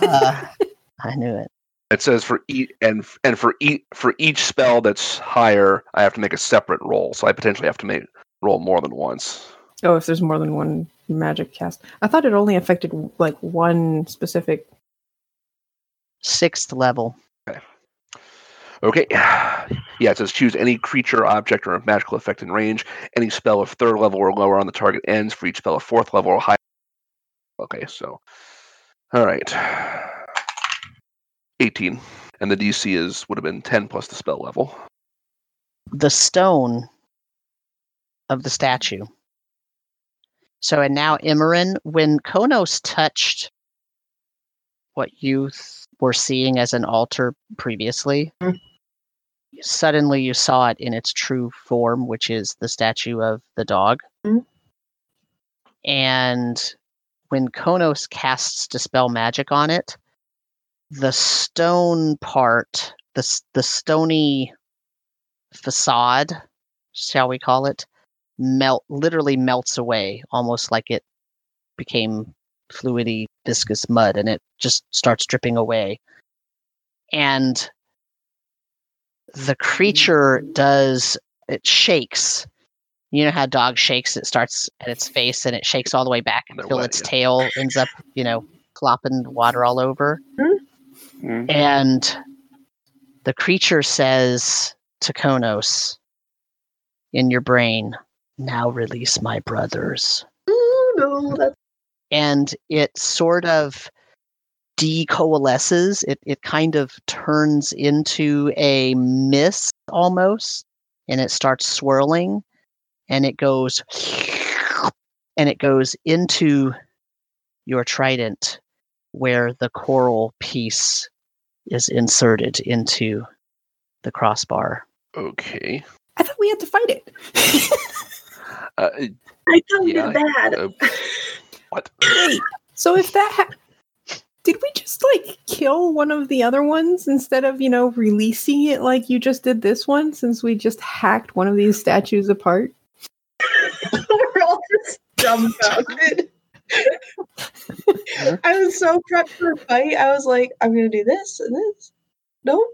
Speaker 1: Uh, I knew it.
Speaker 2: It says for each and f- and for each for each spell that's higher, I have to make a separate roll. So I potentially have to make roll more than once.
Speaker 5: oh, if there's more than one magic cast. I thought it only affected like one specific
Speaker 1: Sixth level.
Speaker 2: Okay. Yeah, it says choose any creature, object, or magical effect in range. Any spell of third level or lower on the target ends for each spell of fourth level or higher. Okay, so. All right. 18. and the DC is would have been ten plus the spell level.
Speaker 1: the stone of the statue. So, and now Imran, when Konos touched what you th- were seeing as an altar previously,
Speaker 4: Mhm.
Speaker 1: suddenly you saw it in its true form, which is the statue of the dog.
Speaker 4: Mhm.
Speaker 1: And when Konos casts Dispel Magic on it, the stone part, the, s- the stony facade, shall we call it, melt literally melts away, almost like it became fluidy, viscous mud, and it just starts dripping away. And the creature does it shakes. You know how a dog shakes, it starts at its face and it shakes all the way back
Speaker 2: No
Speaker 1: until
Speaker 2: way,
Speaker 1: its
Speaker 2: yeah.
Speaker 1: tail ends up, you know, clopping water all over.
Speaker 3: Mm.
Speaker 1: And the creature says to Konos in your brain, Now release my brothers.
Speaker 4: Ooh, Oh, no, that's
Speaker 1: And it sort of decoalesces, it, it kind of turns into a mist almost, and it starts swirling and it goes and it goes into your trident where the coral piece is inserted into the crossbar.
Speaker 2: Okay.
Speaker 5: I thought we had to fight it.
Speaker 2: Uh, it-
Speaker 4: I thought we
Speaker 2: Yeah,
Speaker 4: did that.
Speaker 2: uh, what?
Speaker 5: Wait. So if that ha- did we just like kill one of the other ones instead of you know releasing it like you just did this one since we just hacked one of these statues apart?
Speaker 4: We're all just dumbfounded. I was so prepped for a fight. I was like, I'm gonna do this and this. Nope.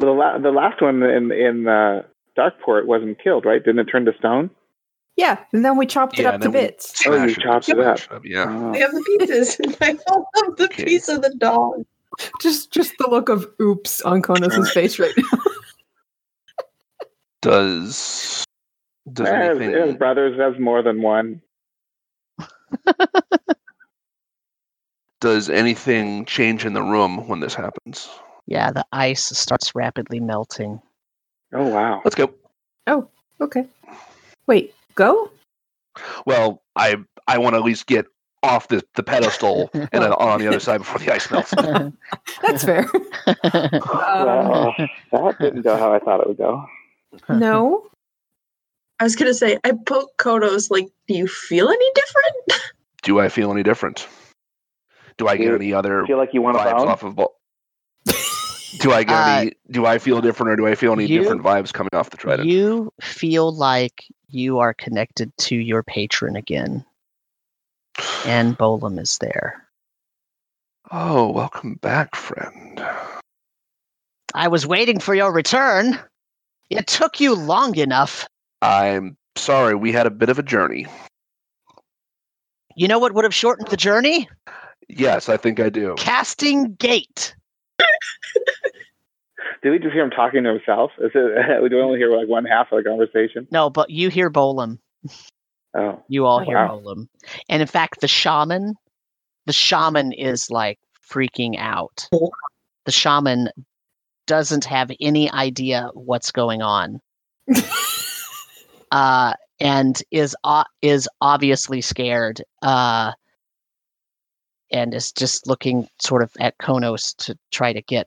Speaker 3: Well, the, la- the last one in in uh, Darkport wasn't killed, right? Didn't it turn to stone?
Speaker 5: Yeah, and then we chopped it
Speaker 2: Yeah,
Speaker 5: up
Speaker 2: and
Speaker 5: to
Speaker 2: then we-
Speaker 5: bits.
Speaker 3: Oh, you
Speaker 2: Smash
Speaker 3: chopped it up.
Speaker 2: smash Yeah.
Speaker 3: Oh.
Speaker 4: I have the pieces. I love the
Speaker 2: Okay.
Speaker 4: piece of the dog.
Speaker 5: Just just the look of oops on Konos' face right now.
Speaker 2: Does does
Speaker 3: It has,
Speaker 2: anything
Speaker 3: it has brothers. It has more than one.
Speaker 2: does anything change in the room when this happens?
Speaker 1: Yeah, the ice starts rapidly melting.
Speaker 3: Oh wow!
Speaker 2: Let's go.
Speaker 5: Okay. Wait, go?
Speaker 2: Well, I I want to at least get off the, the pedestal and then on the other side before the ice melts.
Speaker 5: That's fair. um,
Speaker 3: well, that didn't go how I thought it would go.
Speaker 5: no.
Speaker 4: I was gonna say, I poke Kodos. Like, do you feel any different?
Speaker 2: Do I feel any different? Do I get
Speaker 3: You
Speaker 2: any other
Speaker 3: Feel like you want to
Speaker 2: vibes
Speaker 3: bone?
Speaker 2: off of? Bo- do I get
Speaker 1: Uh,
Speaker 2: any? Do I feel different, or do I feel any
Speaker 1: you-
Speaker 2: different vibes coming off the trident?
Speaker 1: You feel like you are connected to your patron again, and Bolam is there.
Speaker 2: Oh, welcome back, friend.
Speaker 1: I was waiting for your return. It took you long enough.
Speaker 2: I'm sorry, we had a bit of a journey.
Speaker 1: You know what would have shortened the journey?
Speaker 2: Yes, I think I do.
Speaker 1: Casting Gate.
Speaker 3: Did we just hear him talking to himself? Is it? We do only hear like one half of the conversation.
Speaker 1: No, but you hear Bolam.
Speaker 3: Oh,
Speaker 1: You all
Speaker 5: Oh,
Speaker 1: hear
Speaker 3: wow.
Speaker 1: Olam. And in fact, the shaman, the shaman is like freaking out.
Speaker 4: Oh.
Speaker 1: The shaman doesn't have any idea what's going on. uh, and is o is obviously scared. Uh, and is just looking sort of at Konos to try to get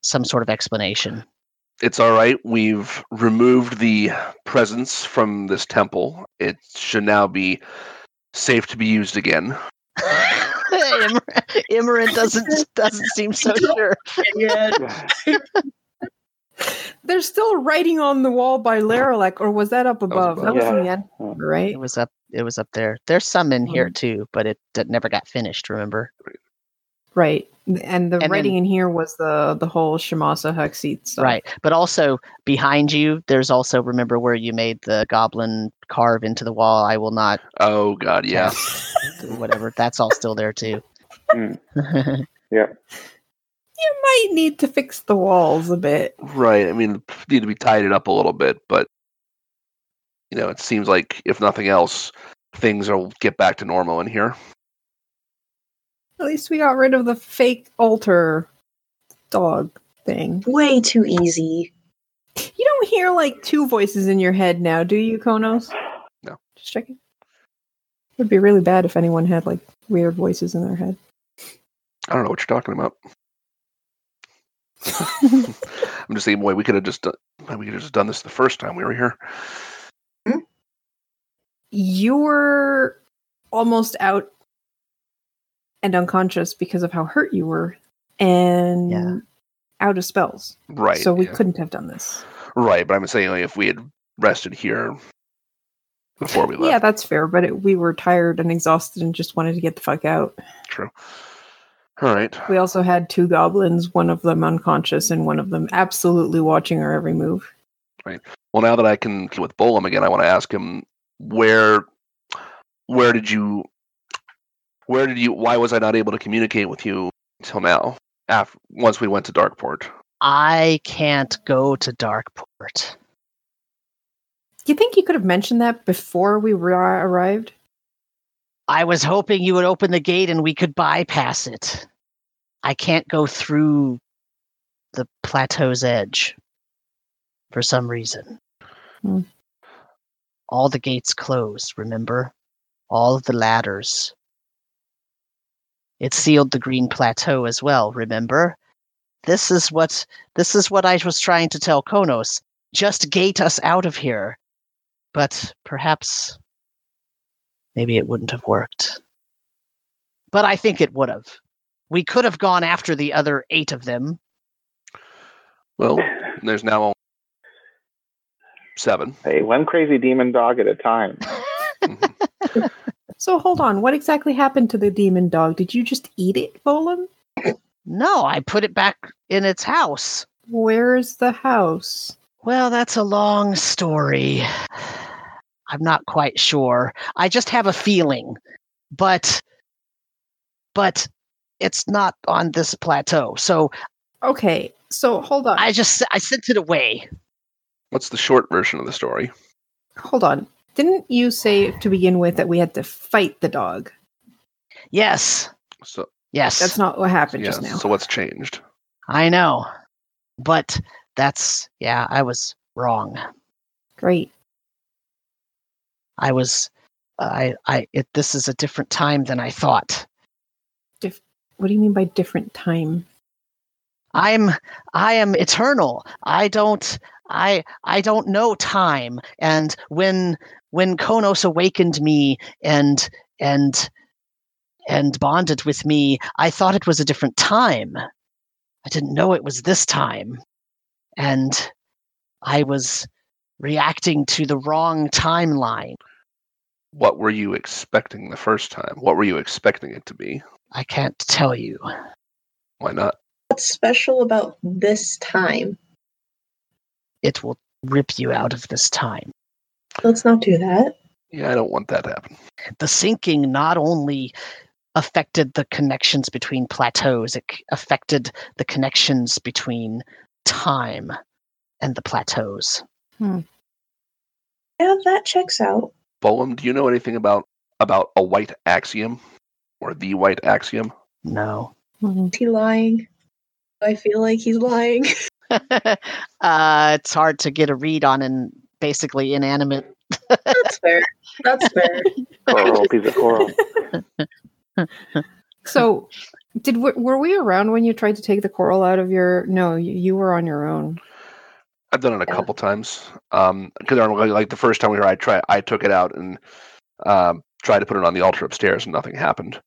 Speaker 1: some sort of explanation.
Speaker 2: It's all right. We've removed the presence from this temple. It should now be safe to be used again.
Speaker 1: Imran, Imran doesn't doesn't seem so sure.
Speaker 4: Yeah.
Speaker 5: There's still writing on the wall by Laralek, or was that up above? That
Speaker 2: above.
Speaker 5: was, in
Speaker 3: Yeah.
Speaker 5: the end, right?
Speaker 1: It was up. It was up there. There's some in here too, but it that never got finished. Remember?
Speaker 5: Right. And the
Speaker 1: And
Speaker 5: writing
Speaker 1: then-
Speaker 5: in here was the the whole Shemasa Huxeet stuff.
Speaker 1: Right. But also behind you, there's also remember where you made the goblin carve into the wall. I will not.
Speaker 2: Oh God, yeah.
Speaker 1: cast," whatever. That's all still there too.
Speaker 3: Hmm.
Speaker 5: You might need to fix the walls a bit.
Speaker 2: Right. I mean, need to be tied it up a little bit, but you know, it seems like if nothing else, things will get back to normal in here.
Speaker 5: At least we got rid of the fake altar dog thing.
Speaker 4: Way too easy.
Speaker 5: You don't hear like two voices in your head now, do you, Konos?
Speaker 2: No.
Speaker 5: Just checking. It would be really bad if anyone had like weird voices in their head.
Speaker 2: I don't know what you're talking about. I'm just saying, boy, we could have just done, we could have just done this the first time we were here.
Speaker 5: You're almost out and unconscious because of how hurt you were and
Speaker 1: Yeah.
Speaker 5: out of spells.
Speaker 2: Right.
Speaker 5: so we
Speaker 2: yeah.
Speaker 5: couldn't have done this.
Speaker 2: Right, but I'm saying like, if we had rested here before we
Speaker 5: Yeah,
Speaker 2: left.
Speaker 5: that's fair, but it, we were tired and exhausted and just wanted to get the fuck out.
Speaker 2: True. All right.
Speaker 5: We also had two goblins, one of them unconscious and one of them absolutely watching our every move.
Speaker 2: Well, now that I can get with Bolum again, I want to ask him where where did you where did you why was I not able to communicate with you till now? After, once we went to Darkport.
Speaker 1: I can't go to Darkport.
Speaker 5: You think you could have mentioned that before we ri- arrived?
Speaker 1: I was hoping you would open the gate and we could bypass it. I can't go through the plateau's edge for some reason.
Speaker 5: Hmm.
Speaker 1: All the gates closed, remember? All of the ladders. It sealed the green plateau as well, remember? This is what this is what I was trying to tell Konos. Just gate us out of here. But perhaps maybe it wouldn't have worked. But I think it would have. We could have gone after the other eight of them.
Speaker 2: Well, there's now only seven.
Speaker 3: Hey, one crazy demon dog at a time.
Speaker 2: Mhm.
Speaker 5: So hold on, what exactly happened to the demon dog? Did you just eat it, Volum?
Speaker 1: No, I put it back in its house.
Speaker 5: Where's the house?
Speaker 1: Well, that's a long story. I'm not quite sure. I just have a feeling. But but it's not on this plateau. So
Speaker 5: Okay, so hold on.
Speaker 1: I just I sent it away.
Speaker 2: What's the short version of the story?
Speaker 5: hold on. Didn't you say to begin with that we had to fight the dog?
Speaker 1: Yes.
Speaker 2: So
Speaker 1: Yes.
Speaker 5: That's not what happened
Speaker 2: yeah,
Speaker 5: just now.
Speaker 2: so what's changed?
Speaker 1: I know. But that's yeah, I was wrong.
Speaker 5: Great.
Speaker 1: I was, I, I, it, this is a different time than I thought.
Speaker 5: What do you mean by different time?
Speaker 1: I'm, I am eternal. I don't, I, I don't know time. And when, when Konos awakened me and, and, and bonded with me, I thought it was a different time. I didn't know it was this time. And I was reacting to the wrong timeline.
Speaker 2: What were you expecting the first time? What were you expecting it to be?
Speaker 1: I can't tell you.
Speaker 2: Why not?
Speaker 4: What's special about this time?
Speaker 1: It will rip you out of this time.
Speaker 4: Let's not do that.
Speaker 2: Yeah, I don't want that to happen.
Speaker 1: the sinking not only affected the connections between plateaus, it c- affected the connections between time and the plateaus.
Speaker 4: Yeah, that checks out.
Speaker 2: Bolum, do you know anything about about a white axiom or the white axiom?
Speaker 1: No.
Speaker 5: Mhm.
Speaker 4: Is he lying? I feel like he's lying.
Speaker 1: uh, it's hard to get a read on in basically inanimate.
Speaker 4: That's fair. That's fair.
Speaker 3: Coral, piece of coral.
Speaker 5: So, did we, were we around when you tried to take the coral out of your? No, you, you were on your own.
Speaker 2: I've done it a
Speaker 4: Yeah.
Speaker 2: couple times. Um, because like the first time we were, I try I took it out and um, tried to put it on the altar upstairs, and nothing happened.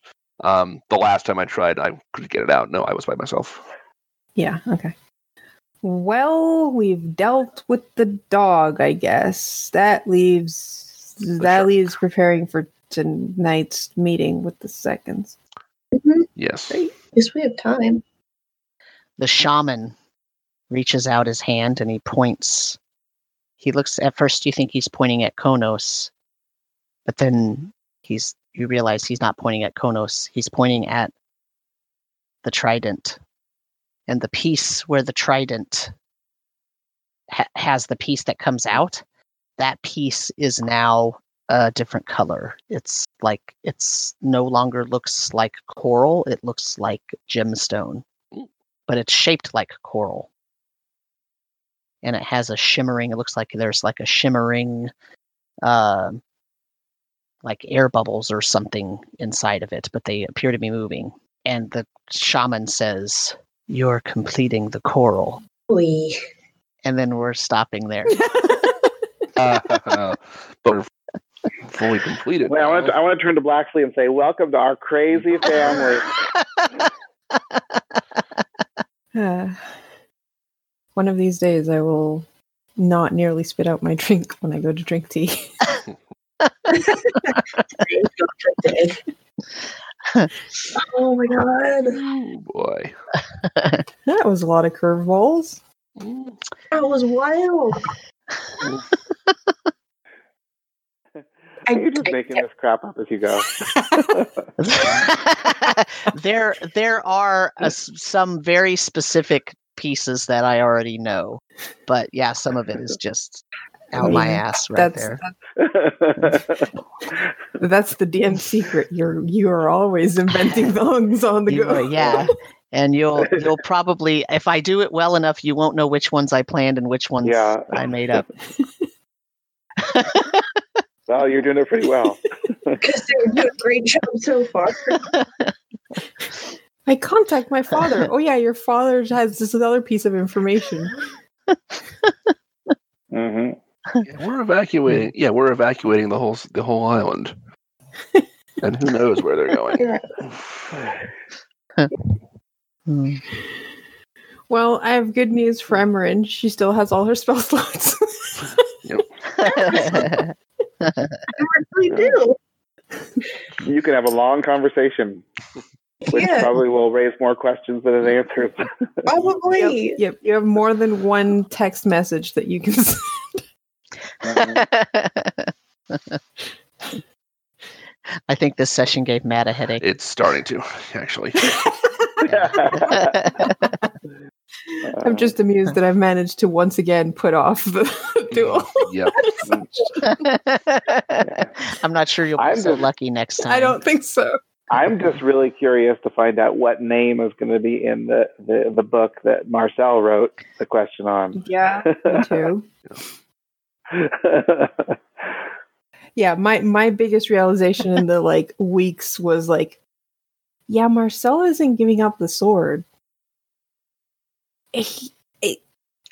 Speaker 2: Um, the last time I tried, I could get it out. No, I was by myself.
Speaker 5: Yeah. Okay. Well, we've dealt with the dog, I guess. That leaves that
Speaker 2: shark.
Speaker 5: leaves preparing for tonight's meeting with the seconds.
Speaker 4: Mhm.
Speaker 2: Yes.
Speaker 5: Great.
Speaker 4: At least we have time.
Speaker 1: The shaman reaches out his hand and he points. He looks at first you think he's pointing at Konos, but then he's you realize he's not pointing at Konos. He's pointing at the trident and the piece where the trident ha- has the piece that comes out. That piece is now a different color. It's like it's no longer looks like coral. It looks like gemstone, but it's shaped like coral. And it has a shimmering, it looks like there's like a shimmering, uh, like air bubbles or something inside of it, but they appear to be moving. And the shaman says, You're completing the coral.
Speaker 4: We
Speaker 1: And then we're stopping there.
Speaker 2: but we're fully completed.
Speaker 3: Wait, I want to
Speaker 2: now.
Speaker 3: I want to turn to Blacksley and say, "Welcome to our crazy family."
Speaker 5: Uh, one of these days, I will not nearly spit out my drink when I go to drink tea.
Speaker 4: Oh my god.
Speaker 2: Oh boy.
Speaker 5: that was a lot of curveballs.
Speaker 4: That was wild. I-
Speaker 3: You're just
Speaker 4: I-
Speaker 3: making this crap up as you go.
Speaker 1: there there are a s- some very specific pieces that I already know, but yeah, some of it is just out my
Speaker 5: Yeah,
Speaker 1: ass right
Speaker 5: that's
Speaker 1: there.
Speaker 5: that's the DM secret. You're you are always inventing things on the
Speaker 1: You-
Speaker 5: go.
Speaker 1: yeah, and you'll you'll probably if I do it well enough, you won't know which ones I planned and which ones
Speaker 3: Yeah.
Speaker 1: I made up.
Speaker 3: well, you're doing it pretty well.
Speaker 4: Because they were doing a great job so far.
Speaker 5: I contact my father. Oh yeah, your father has this other piece of information.
Speaker 3: hmm
Speaker 2: Yeah, we're evacuating. Yeah, we're evacuating the whole s- the whole island. and who knows where they're going?
Speaker 4: Yeah.
Speaker 1: Hmm.
Speaker 5: Well, I have good news for Emerin. She still has all her spell slots. Uh-huh.
Speaker 4: I really do.
Speaker 3: You can have a long conversation, which
Speaker 4: Yeah.
Speaker 3: probably will raise more questions than it answers.
Speaker 4: Probably.
Speaker 5: yep, yep, you have more than one text message that you can. s-
Speaker 1: I think this session gave Matt a headache.
Speaker 2: It's starting to actually.
Speaker 3: Mm-hmm.
Speaker 5: I'm just amused that I've managed to once again put off the duel.
Speaker 2: Yep.
Speaker 1: I'm not sure you'll be
Speaker 3: I'm
Speaker 1: so
Speaker 3: just-
Speaker 1: lucky next time.
Speaker 5: I don't think so.
Speaker 3: I'm just really curious to find out what name is going to be in the, the, the book that Marcel wrote the question on.
Speaker 5: Yeah, me too. yeah my my biggest realization in the like weeks was like yeah marcel isn't giving up the sword He- it-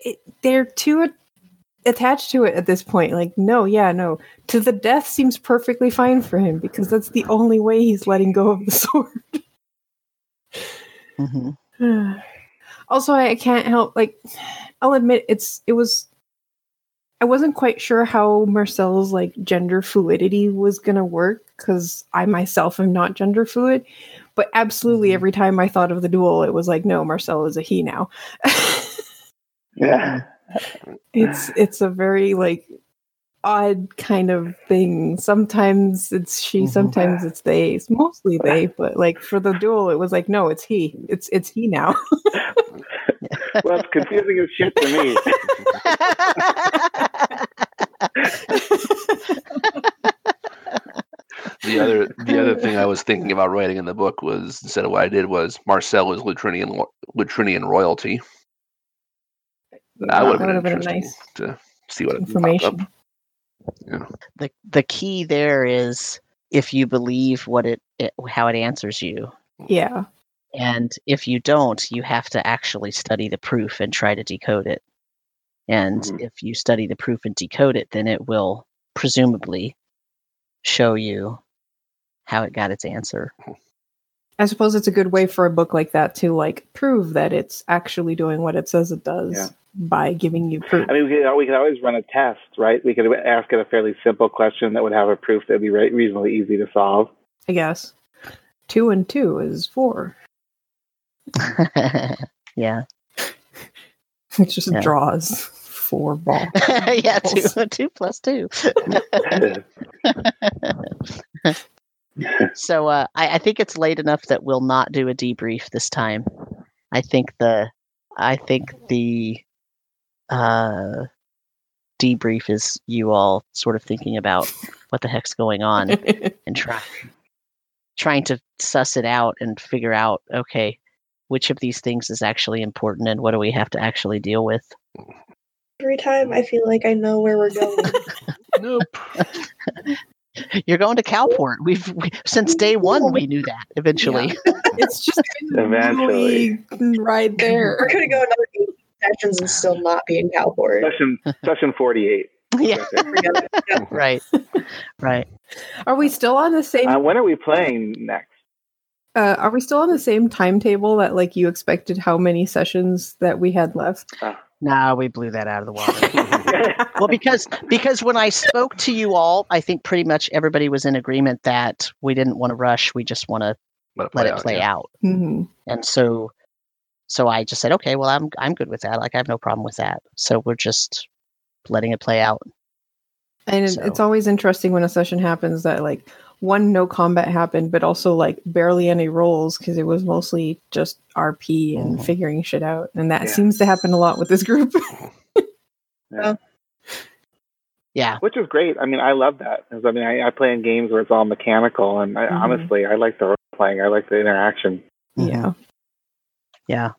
Speaker 5: it- they're too a- attached to it at this point like no yeah no to the death seems perfectly fine for him because that's the only way he's letting go of the sword
Speaker 1: Mhm.
Speaker 5: also i can't help like i'll admit it's it was i wasn't quite sure how marcel's like gender fluidity was gonna work because i myself am not gender fluid but absolutely
Speaker 2: Mm-hmm.
Speaker 1: Mhm.
Speaker 5: every time i thought of the duel it was like no marcel is a he now
Speaker 3: yeah.
Speaker 5: it's it's a very like odd kind of thing sometimes it's she
Speaker 2: Mm-hmm.
Speaker 1: Mhm.
Speaker 5: sometimes it's they it's mostly they but like for the duel it was like no it's he it's it's he now
Speaker 3: Well, it's confusing as shit to me.
Speaker 2: The other the other thing I was thinking about writing in the book was instead of what I did was Marcel is Lutrinian lo- Lutrinian royalty. That would have been
Speaker 5: would've a
Speaker 2: interesting to see what it popped up.
Speaker 5: information
Speaker 1: the the key there is if you believe what it, it how it answers you,
Speaker 5: yeah
Speaker 1: and if you don't, you have to actually study the proof and try to decode it. And
Speaker 3: Mhm.
Speaker 1: if you study the proof and decode it, then it will presumably show you how it got its answer.
Speaker 5: I suppose it's a good way for a book like that to like prove that it's actually doing what it says it does
Speaker 3: Yeah.
Speaker 5: by giving you proof.
Speaker 3: I mean, we could, we could always run a test, right? We could ask it a fairly simple question that would have a proof that would be re- reasonably easy to solve.
Speaker 5: I guess two and two is four.
Speaker 1: yeah.
Speaker 5: It just
Speaker 1: Yeah.
Speaker 5: draws four balls.
Speaker 1: yeah, two, two plus two. so uh, I, I think it's late enough that we'll not do a debrief this time. I think the I think the uh, debrief is you all sort of thinking about what the heck's going on and try, trying to suss it out and figure out okay which of these things is actually important and what do we have to actually deal with.
Speaker 4: Every time I feel like I know where we're going.
Speaker 2: Nope.
Speaker 1: You're going to Calport. We've we, since day one we knew that. Eventually,
Speaker 5: It's just
Speaker 3: Eventually.
Speaker 5: really right
Speaker 4: we're
Speaker 5: there.
Speaker 4: gonna go another eight sessions and still not be in Calport.
Speaker 3: Session session forty eight.
Speaker 1: yeah,
Speaker 3: Uh,
Speaker 1: right, right.
Speaker 5: Are we still on the same?
Speaker 3: Uh, when are we playing next?
Speaker 5: Uh, are we still on the same timetable that like you expected? How many sessions that we had left?
Speaker 1: Nah, we blew that out of the water. well, because because when I spoke to you all, I think pretty much everybody was in agreement that we didn't want to rush. We just want to
Speaker 2: Let it play
Speaker 1: let
Speaker 2: out,
Speaker 1: it play
Speaker 2: yeah.
Speaker 1: out.
Speaker 5: hmm
Speaker 1: And so, so I just said, okay, well, I'm I'm good with that. Like I have no problem with that. So we're just letting it play out.
Speaker 5: And it-
Speaker 1: So-
Speaker 5: it's always interesting when a session happens that like one no combat happened, but also like barely any rolls because it was mostly just RP and
Speaker 1: Mhm.
Speaker 5: figuring shit out, and that
Speaker 3: Yeah.
Speaker 5: seems to happen a lot with this group.
Speaker 1: Yeah,
Speaker 3: Which is great. I mean, I love that. 'Cause, I mean, I, I play in games where it's all mechanical, and I,
Speaker 5: Mhm.
Speaker 3: honestly, I like the role playing. I like the interaction.
Speaker 1: Mm-hmm.
Speaker 5: yeah,
Speaker 1: yeah.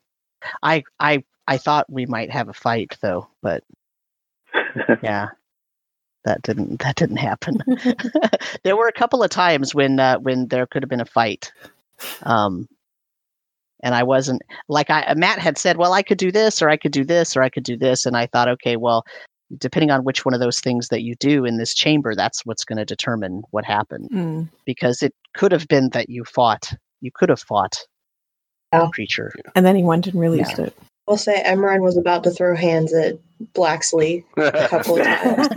Speaker 1: I I I thought we might have a fight though, but yeah that didn't that didn't happen there were a couple of times when uh, when there could have been a fight um and i wasn't like i matt had said well i could do this or i could do this or i could do this and i thought okay well depending on which one of those things that you do in this chamber that's what's going to determine what happened
Speaker 5: Mm.
Speaker 1: because it could have been that you fought you could have fought
Speaker 4: Yeah.
Speaker 1: a creature
Speaker 5: and then he went and released it.
Speaker 4: I'll say Emeron was about to throw hands at Blacksley a couple of times.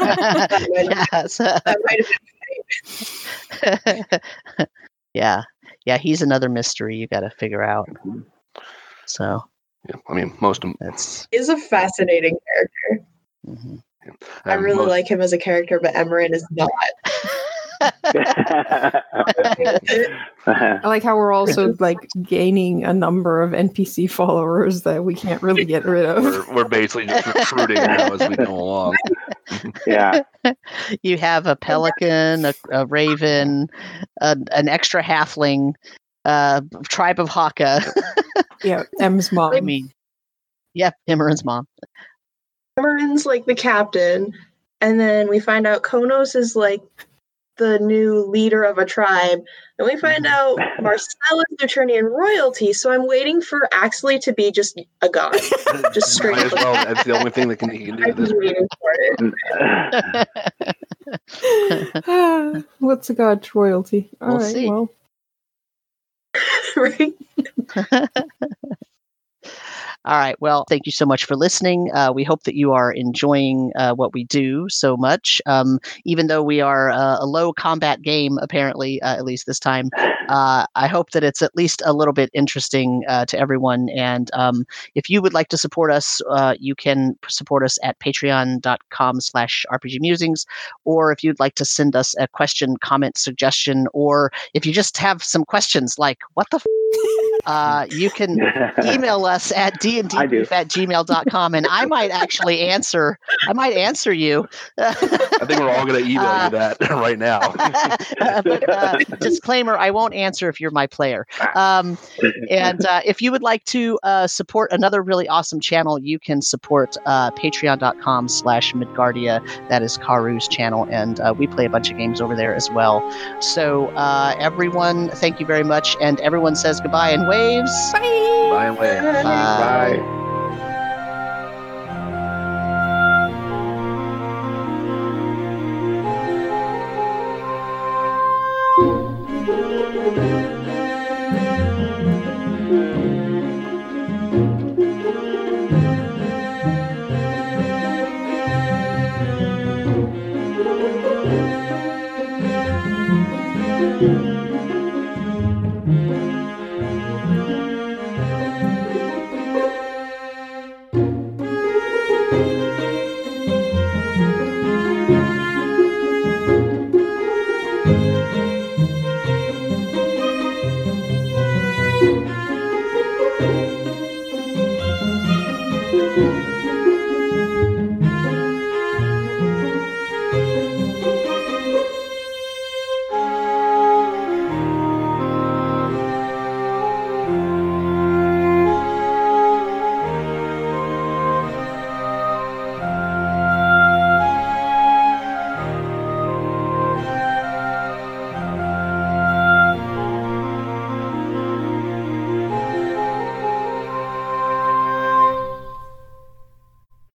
Speaker 1: yes.
Speaker 4: That might have been
Speaker 1: yeah. Yeah, he's another mystery you got to figure out. So
Speaker 2: Yeah, I mean, most of
Speaker 1: that's.
Speaker 4: is a fascinating character.
Speaker 1: mhm.
Speaker 4: I really like him as a character, but Emeron is not.
Speaker 5: I like how we're also like gaining a number of NPC followers that we can't really get rid of.
Speaker 2: We're, we're basically just recruiting now as we go along.
Speaker 3: yeah.
Speaker 1: you have a pelican, a, a raven, an, an extra halfling, uh, tribe of Haka.
Speaker 5: yeah, M's mom.
Speaker 1: I mean, yep, Imran's mom.
Speaker 4: Emeron's like the captain, and then we find out Konos is like the new leader of a tribe, and we find
Speaker 2: Mm-hmm.
Speaker 4: out Marcella's Luternian royalty. So I'm waiting for Axley to be just a god. Just straight
Speaker 2: Might as
Speaker 4: up.
Speaker 2: well. That's the only thing that can, he can do
Speaker 4: I've
Speaker 2: at this
Speaker 4: been waiting for it.
Speaker 5: Ah, What's a god royalty? All right,
Speaker 1: We'll see.
Speaker 5: well,
Speaker 4: Right?
Speaker 1: All right. Well, thank you so much for listening. Uh, we hope that you are enjoying uh, what we do so much. Um, even though we are uh, a low combat game, apparently, uh, at least this time, uh, I hope that it's at least a little bit interesting uh, to everyone. And um, if you would like to support us, uh, you can support us at patreon.com slash RPG Musings. Or if you'd like to send us a question, comment, suggestion, or if you just have some questions like, what the f-? Uh, you can email us at
Speaker 3: I do.
Speaker 1: dndbrief at gmail.com and i might actually answer i might answer you
Speaker 2: I think we're all going to email
Speaker 1: Uh,
Speaker 2: you that right now.
Speaker 1: but uh, disclaimer i won't answer if you're my player
Speaker 3: Ah.
Speaker 1: um, and uh, if you would like to uh, support another really awesome channel you can support uh, patreon.com slash midgardia that is karu's channel and uh, we play a bunch of games over there as well so uh, everyone thank you very much and everyone says goodbye and waves
Speaker 2: By the way. uh,
Speaker 4: Bye.
Speaker 1: Bye.
Speaker 3: Bye.